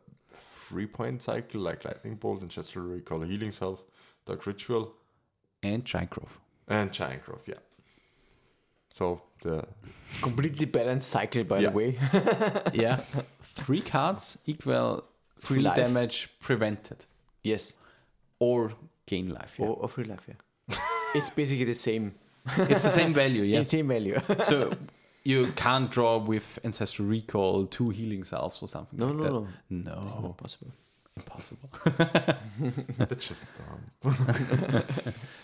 three point cycle, like lightning bolt and just recall a healing self, dark ritual,
And Trigrove.
and giant growth. Yeah. So the
Completely balanced cycle, by
Yeah.
the way.
yeah. Three cards equal
Free
three
life.
damage prevented
Yes.
or gain life. Yeah.
Or, or free life. Yeah. it's basically the same.
It's the same value, yeah.
It's same value.
so you can't draw with Ancestral Recall two healing salves or something
No,
like
no,
that.
no. Oh. It's
No,
not possible.
impossible.
that's just um,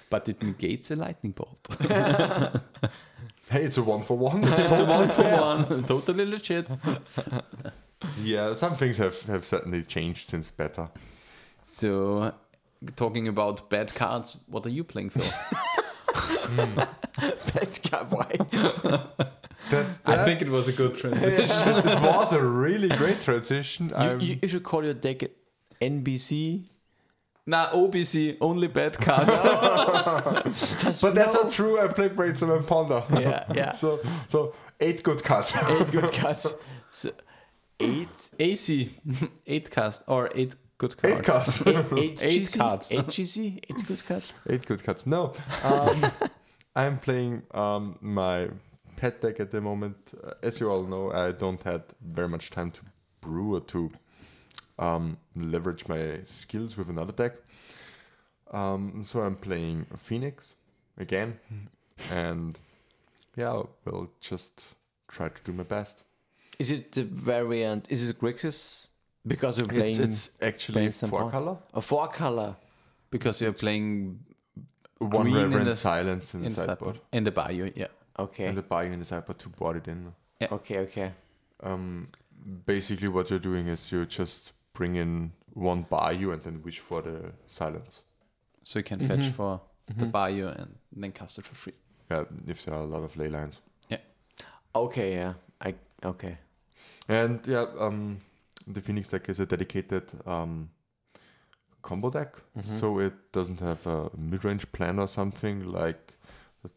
But it negates a lightning bolt.
hey, it's a one for one. It's
it's a one for one. Totally legit.
Yeah, some things have, have certainly changed since better.
So, talking about bad cards, what are you playing, Phil?
That's why.
That's,
I think it was a good transition.
it was a really great transition. Um,
You,
I'm,
you, you should call your deck NBC.
nah, OBC, only bad cards.
Just
but that's
no.
not true. I played Brainstorm and Ponder.
Yeah, yeah.
so so eight good cards.
eight good cards. So, eight,
AC, eight cards or eight good cards.
Eight cards.
eight, eight,
Eight
GC,
cards.
Eight GC, eight good cards.
eight good cards. No, um, I'm playing um, my pet deck at the moment. Uh, As you all know, I don't had very much time to brew or to um, leverage my skills with another deck. Um, so I'm playing Phoenix again, and yeah, we'll just try to do my best.
Is it the variant? Is it Grixis? Because we're playing
actually
playing some
four
pon-
color,
a four color.
Because you're playing
one
Green in
reverend
the-
silence in the
in the
sideboard,
sideboard. In the bio, yeah.
Okay.
and the buying in the sideboard to board it in.
okay, okay.
Um, basically, what you're doing is you just bring in one bayou and then wish for the silence.
So you can
Mm-hmm.
fetch for
Mhm.
the bio and then cast it for free.
Yeah, if there are a lot of ley lines.
Okay, yeah. I okay.
And yeah, um, the Phoenix deck is a dedicated um, combo deck, so it doesn't have a mid range plan or something like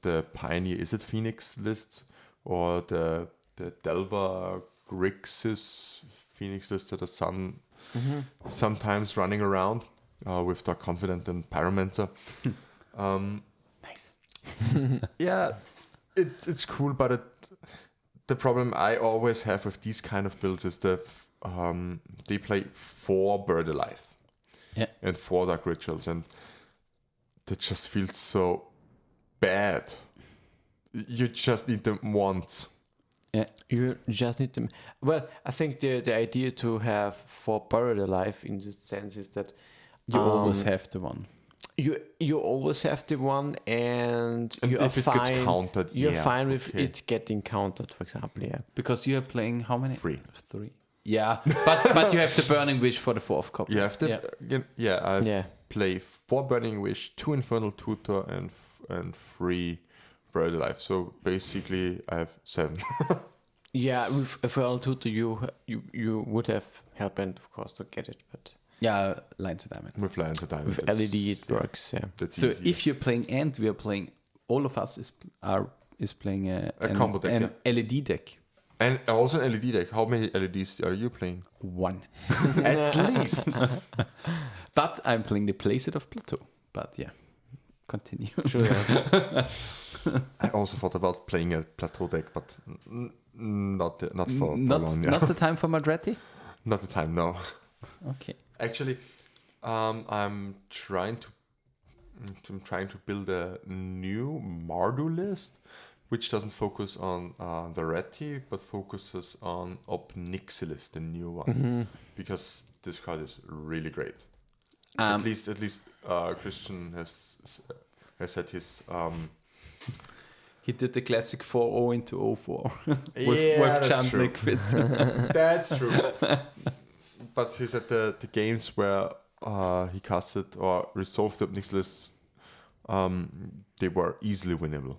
the Pioneer Is It Phoenix lists or the, the Delva Grixis Phoenix lists that are some,
Mm-hmm.
sometimes running around uh, with Dark Confident and Pyromancer.
Hmm.
um,
Nice.
yeah, it's it's cool, but it, the problem I always have with these kind of builds is that um, they play four bird alive,
Yeah.
and four dark rituals, and that just feels so bad. You just need them once.
You just need to. Well, I think the the idea to have four buried alive in this sense is that
You always
um,
have the one.
you you always have the one and,
And
you are
if it gets
fine
countered,
you're
yeah,
fine with
okay.
it getting countered for example yeah
Because you are playing how many?
Three.
Three. Yeah, but but you have the burning wish for the fourth copy.
You have to,
Yeah.
yeah, yeah I
yeah
play four Burning Wish, two Infernal Tutor, and and three Bird Alive. So basically, I have seven.
Yeah, with referral to to you, you you would have helped, and of course, to get it. But
Yeah, lines of diamond.
With Lions of Diamond.
with E
that's-
LED, it works. Yeah.
that's
So
easier.
if you're playing and we are playing, all of us is are is playing a,
A combo deck,
an LED deck.
and also an LED deck. How many LEDs are you playing?
One, at least. but I'm playing the playset of Plateau. But yeah, continue.
Sure.
I also thought about playing a plateau deck, but n- n- not the- not for
not,
Bologna.
not the time for Madretti.
Not the time now.
Okay.
Actually, um, I'm trying to mm, I'm trying to build a new Mardu list, which doesn't focus on uh, the red tea, but focuses on Obnixilis, the new one,
Mm-hmm.
Mm-hmm.
because this card is really great.
Um,
at least, at least uh, Christian has has said his um,
He did the classic 4 0 into 04 with,
Yeah,
with
that's
Chan
true.
Liquid.
That's true. but he said the, the games where uh, he casted or resolved the Nixilis, um, they were easily winnable.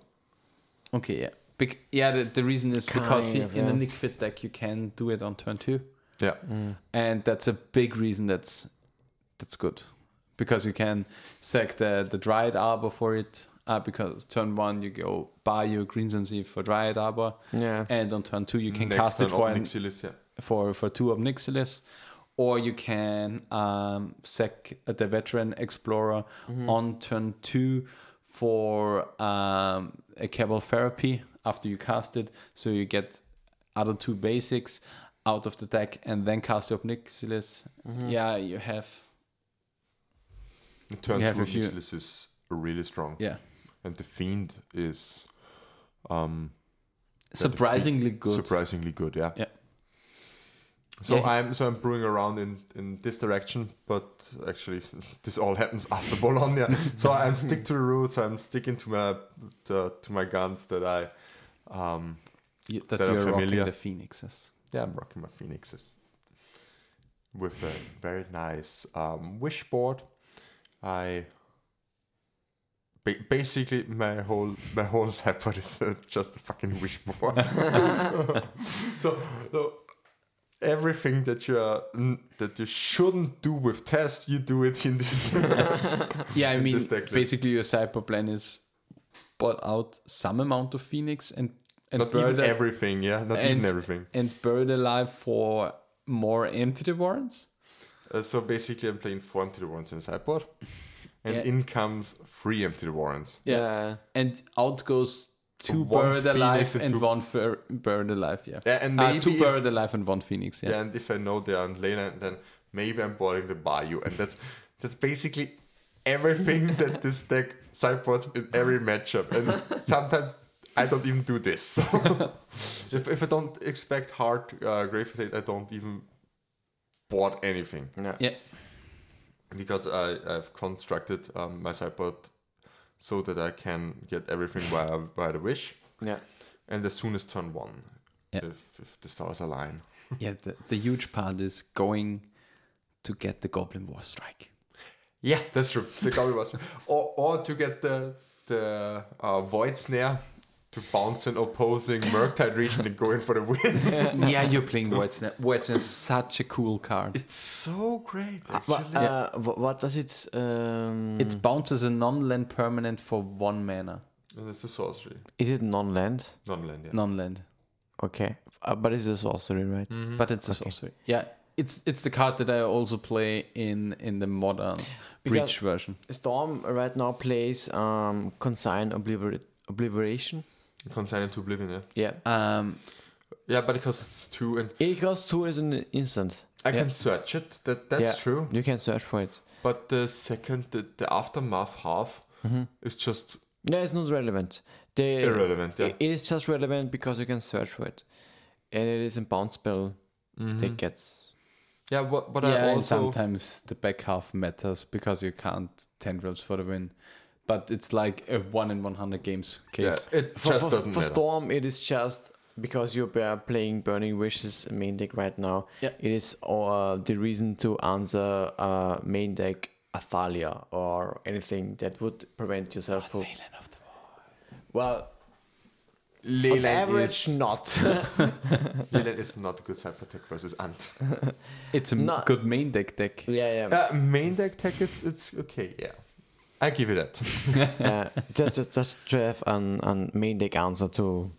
Okay, yeah. Bec- yeah, the, the reason is because he,
Kind of,
in the
yeah.
Liquid deck you can do it on turn 2.
Yeah.
Mm, And that's a big reason that's that's good. Because you can sack the, the Dryad Arbor for it. Uh, because turn 1 you go buy your Greens and Sea for Dryad Arbor.
Yeah.
And on turn 2 you can
Next
cast
turn
it for,
up
an,
Nixilis, yeah.
for, for two of Nixilis. Or you can um, sack the veteran explorer on turn two for um, a cabal therapy after you cast it. So you get other two basics out of the deck and then cast your Nixilis. Yeah, you have.
Turn
We have
two
a few-
Nixilis is really strong.
Yeah.
And the Fiend is um,
Surprisingly good.
surprisingly good, yeah.
Yeah.
So
Yeah.
I'm so I'm brewing around in, in this direction, but actually this all happens after Bologna. so I'm stick to the roots. I'm sticking to my to, to my guns that I, um,
You- that
That are
you're
familiar.
rocking the Phoenixes.
yeah, I'm rocking my phoenixes with a very nice um, wish board. I ba- basically my whole my whole sideboard is uh, just a fucking wish board. so, so everything that you are, n- that you shouldn't do with tests, you do it in this.
Yeah, I
in
mean,
this deck list.
basically your cyber plan is bought out some amount of Phoenix and and
not
burn
even
the-
everything, yeah, not
and-
even everything.
and buried alive for more empty warrants.
Uh, so basically, I'm playing four empty warrants in sideboard, and
Yeah.
in comes three empty warrants.
Yeah. And out goes two
One
buried
Phoenix
alive
and
and
two-
one fur- buried alive. Yeah.
Yeah, and
Uh,
maybe
two
if-
buried alive and one Phoenix. Yeah.
Yeah. and if I know they are on Leyland, then maybe I'm boarding the Bayou, and that's that's basically everything that this deck sideboards in every matchup. And sometimes I don't even do this. So if, if I don't expect hard uh, grave Estate, I don't even board anything
Yeah.
Yeah.
because I I've constructed um, my sideboard so that I can get everything via via the wish,
Yeah.
and as soon as turn one,
Yeah.
if, if the stars align.
Yeah, the, the huge part is going to get the Goblin War Strike.
Yeah, that's true. The Gummy was Or, or to get the the uh, Void Snare to bounce an opposing Murktide region and go in for the win.
yeah, you're playing Wetsner. Wetsner is such a cool card.
It's so great, actually.
But, uh, wh- what does it? Um,
It bounces a non land permanent for one mana.
and it's a sorcery.
is it non-land?
Non-land, yeah.
Non land.
Okay, uh, but it's a sorcery, right?
Mm.
But it's a sorcery. Yeah. It's it's the card that I also play in in the modern
Because-
Breach version.
Storm right now plays um, consign obliver- obliteration.
Consigned to Oblivion, yeah.
Yeah,
Um,
Yeah, but it costs two and...
it costs two as an instant.
I
Yeah.
can search it, that that's
Yeah.
true.
You can search for it.
But the second, the, the Aftermath half is just
No, it's not relevant. They,
irrelevant, yeah.
It is just relevant because you can search for it, and it is a bounce spell
Mm-hmm.
that gets.
yeah, what, what
yeah,
I
and
also...
sometimes the back half matters because you can't tendrils for the win. But it's like a one in one hundred games
yeah,
case.
it
For,
just
for,
doesn't
for
matter.
Storm, it is just because you are playing Burning Wishes main deck right now.
Yeah.
It is uh, the reason to answer uh, main deck Athalia or anything that would prevent yourself from. Well, On
Leland
average,
is,
not.
Leland is not a good cyber tech versus Ant.
It's a
No.
good main deck deck.
yeah, yeah.
Uh, main deck tech is it's okay, yeah. I give you that.
Uh, just, just, just to have an, an main deck answer to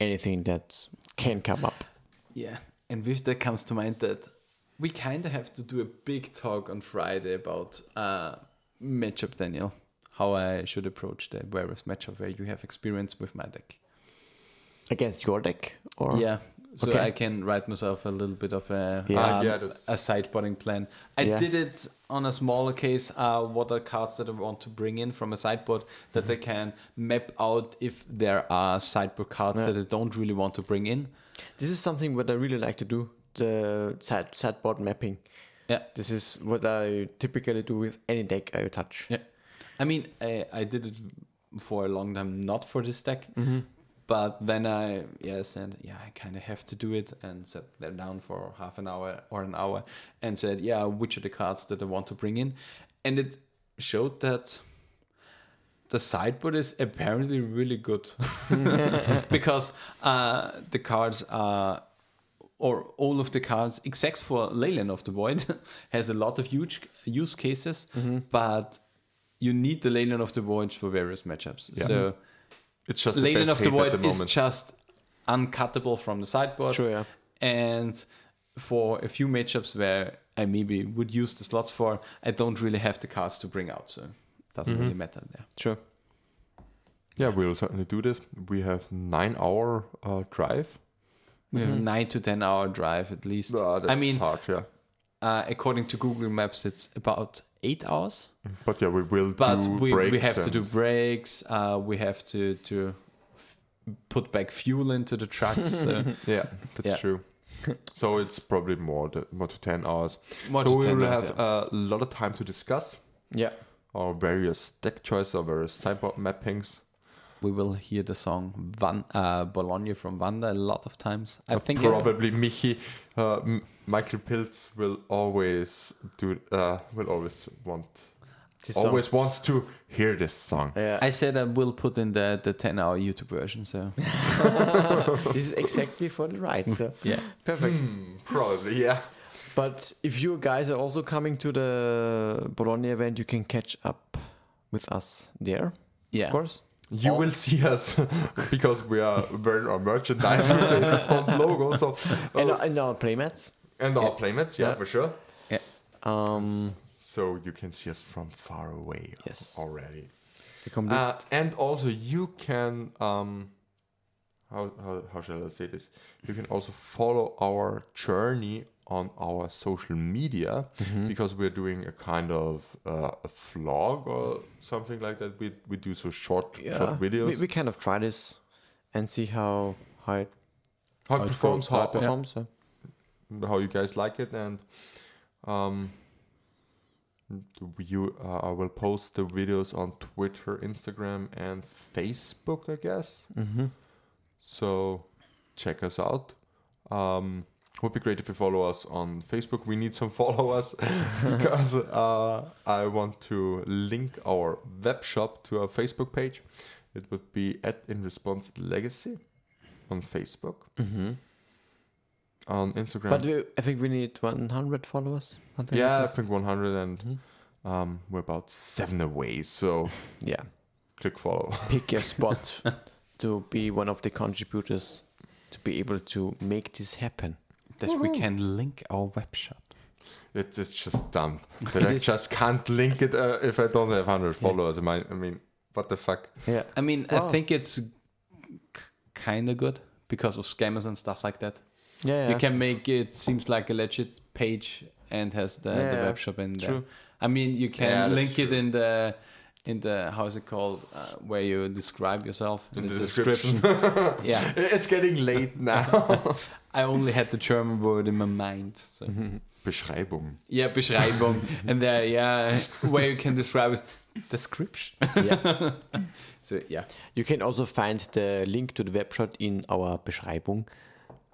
anything that can come up.
Yeah. And with that comes to mind that we kind of have to do a big talk on Friday about uh, matchup, Daniel. How I should approach the various matchup where you have experience with my deck.
Against your deck, or
Yeah. So
Okay.
I can write myself a little bit of a
Yeah.
Ah,
um,
yeah, that's-
a sideboarding plan. I
Yeah.
did it on a smaller case. Uh, what are cards that I want to bring in from a sideboard that
Mm-hmm.
I can map out if there are sideboard cards
Yeah.
that I don't really want to bring in.
this is something what I really like to do: the side sideboard mapping.
Yeah.
this is what I typically do with any deck I touch.
Yeah. I mean, I, I did it for a long time, not for this deck, but then I, yes, and yeah, I kind of have to do it and sat there down for half an hour or an hour and said, yeah, which are the cards that I want to bring in? And it showed that the sideboard is apparently really good because uh, the cards are or all of the cards except for Leyland of the Void has a lot of huge use cases, but you need the Leyland of the Void for various matchups. So
It's just
Leyland
the
of
best
the
hate
Void
at the
is
moment.
just uncuttable from the sideboard.
Sure, yeah.
And for a few matchups where I maybe would use the slots for, I don't really have the cards to bring out, so it doesn't
Mm-hmm.
really matter there.
Sure.
yeah, we'll certainly do this. We have nine hour uh, drive.
We have a nine to ten hour drive at least. I
Ah, that's
mean,
hard, yeah.
uh, according to Google Maps, it's about eight hours.
But yeah, we will
but
do
we,
breaks
we have to
and-
do breaks uh, we have to to f- put back fuel into the trucks uh, so
Yeah, that's
Yeah.
true. so it's probably more to, more to 10 hours.
more
so
to
we
10
will
hours,
have
yeah.
a lot of time to discuss
Yeah.
our various deck choices, our various cyber mappings.
we will hear the song Van, uh, Bologna from Wanda a lot of times I think it-
Probably Michi, uh, M- Michael Pilz will always do. Uh, will always want.
This song.
Always wants to hear this song.
Yeah.
I said I will put in the, the 10 hour YouTube version so
this is exactly for the right. So.
yeah
Perfect.
Hmm, probably, yeah.
But if you guys are also coming to the Bologna event, you can catch up with us there,
yeah
of course.
You
Oh.
will see us because we are wearing our merchandise with the response logo. So uh,
And, and our playmats.
and our playmates, yeah,
Yeah.
for sure.
Um,
So you can see us from far away
Yes.
already.
the complete-
Uh, and also, you can um, how, how how shall I say this? You can also follow our journey on our social media
Mm-hmm. Mhm.
because we're doing a kind of uh, a vlog or something like that. We we do so short
yeah.
short videos.
We, we kind of try this and see how how it,
how
how
it
it
performs,
how
how,
it performs. Yeah.
how you guys like it, and um, you uh, I will post the videos on Twitter, Instagram, and Facebook, I guess.
Mm-hmm.
So check us out. Um, would be great if you follow us on Facebook. We need some followers because uh, I want to link our web shop to our Facebook page. It would be at In Response Legacy on Facebook,
Mm-hmm.
on Instagram.
But we, I think we need 100 followers. something like
yeah, I
that.
think 100 and
Mm-hmm.
um, we're about seven away. So
yeah.
click follow.
Pick your spot to be one of the contributors to be able to make this happen.
that we can link our web shop
It, it's just dumb that
It
I
is-
just can't link it uh, if I don't have 100 followers. I mean- I mean, what the fuck?
Yeah.
I mean
Wow.
I think it's k- kind of good because of scammers and stuff like that
Yeah.
you can make it seems like a legit page and has the, the
Yeah,
web shop in there.
true.
I mean, you can
Yeah, that's
link it
true.
in the in the how is it called uh, where you describe yourself
In the description.
description. yeah,
It's getting late now.
I only had the German word in my mind. So.
Mhm.
Beschreibung.
Yeah, Beschreibung, and there, yeah, where you can describe is description.
yeah.
So yeah,
You can also find the link to the webshop in our Beschreibung.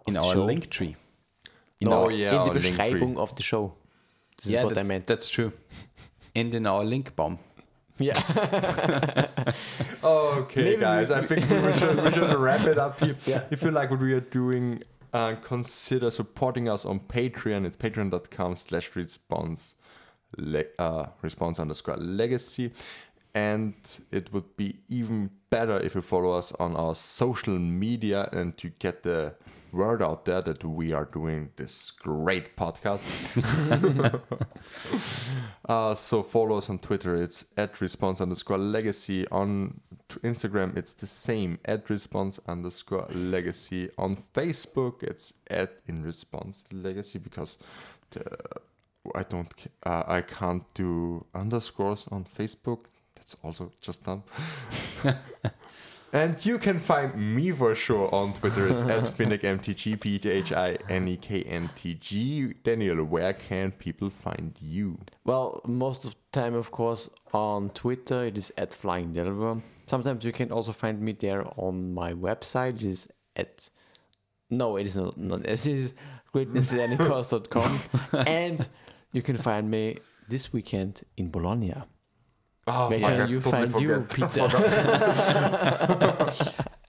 in
the
our
show.
link tree.
In,
Oh,
our,
yeah,
in
our
the
link tree.
Beschreibung of the show. This
yeah,
is what I
that's,
meant.
that's true. And in our link bomb.
Yeah.
Okay,
Maybe
guys,
we-
I think we should, we should wrap it up here. If you like what we are doing, uh, consider supporting us on Patreon. It's patreon.com slash response, le- uh, response underscore legacy. And it would be even better if you follow us on our social media and to get the word out there that we are doing this great podcast. Uh, so follow us on Twitter. It's at response underscore legacy. On t- Instagram, it's the same at response underscore legacy. On Facebook, it's at in response legacy because the, I don't ca- uh, I can't do underscores on Facebook. That's also just dumb. and you can find me for sure on Twitter. It's at FinnickMTG, E P-H-I-N-E-K-M-T-G. Daniel, where can people find you?
well, most of the time, of course, on Twitter, it is at Flying Delver. Sometimes you can also find me there on my website, it is at. No, it is not. not it is greatnessatanycost.com. and you can find me this weekend in Bologna.
Oh,
Where
fuck,
can
I
you
totally
find you,
forget.
Peter?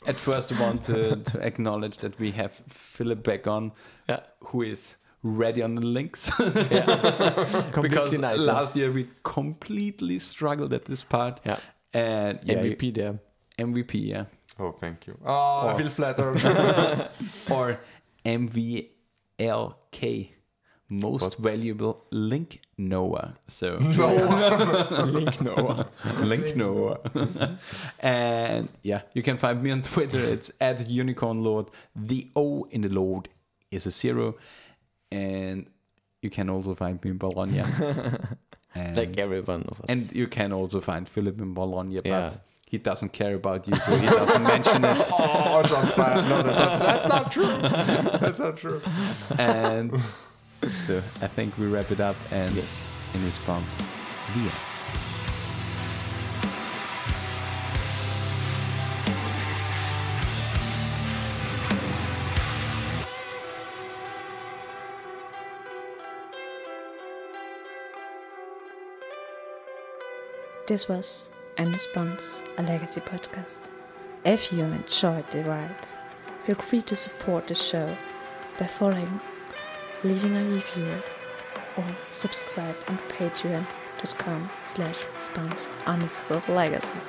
At first, I want to, to acknowledge that we have Philip back on,
Yeah.
who is ready on the links.
Completely
because
nice, huh?
last year we completely struggled at this part.
Yeah.
And yeah, we-
MVP there.
MVP, yeah.
Oh, thank you. Oh, I
Oh.
feel flattered.
or MVLK, most
What?
valuable link Noah. So link Noah, link Noah. and yeah, you can find me on Twitter. It's at Unicorn Lord. The O in the Lord is a zero, and you can also find me in Bologna. and,
Like every one of us.
and you can also find Philip in Bologna, but.
Yeah.
He doesn't care about you, so he doesn't mention it.
oh, shots fired. No, that's not, that's not true. That's not true.
and so I think we wrap it up and
Yes.
in response, Leah.
This was In Response, a Legacy podcast. If you enjoyed the ride, feel free to support the show by following, leaving a review, or subscribe on patreon.com slash response underscore legacy.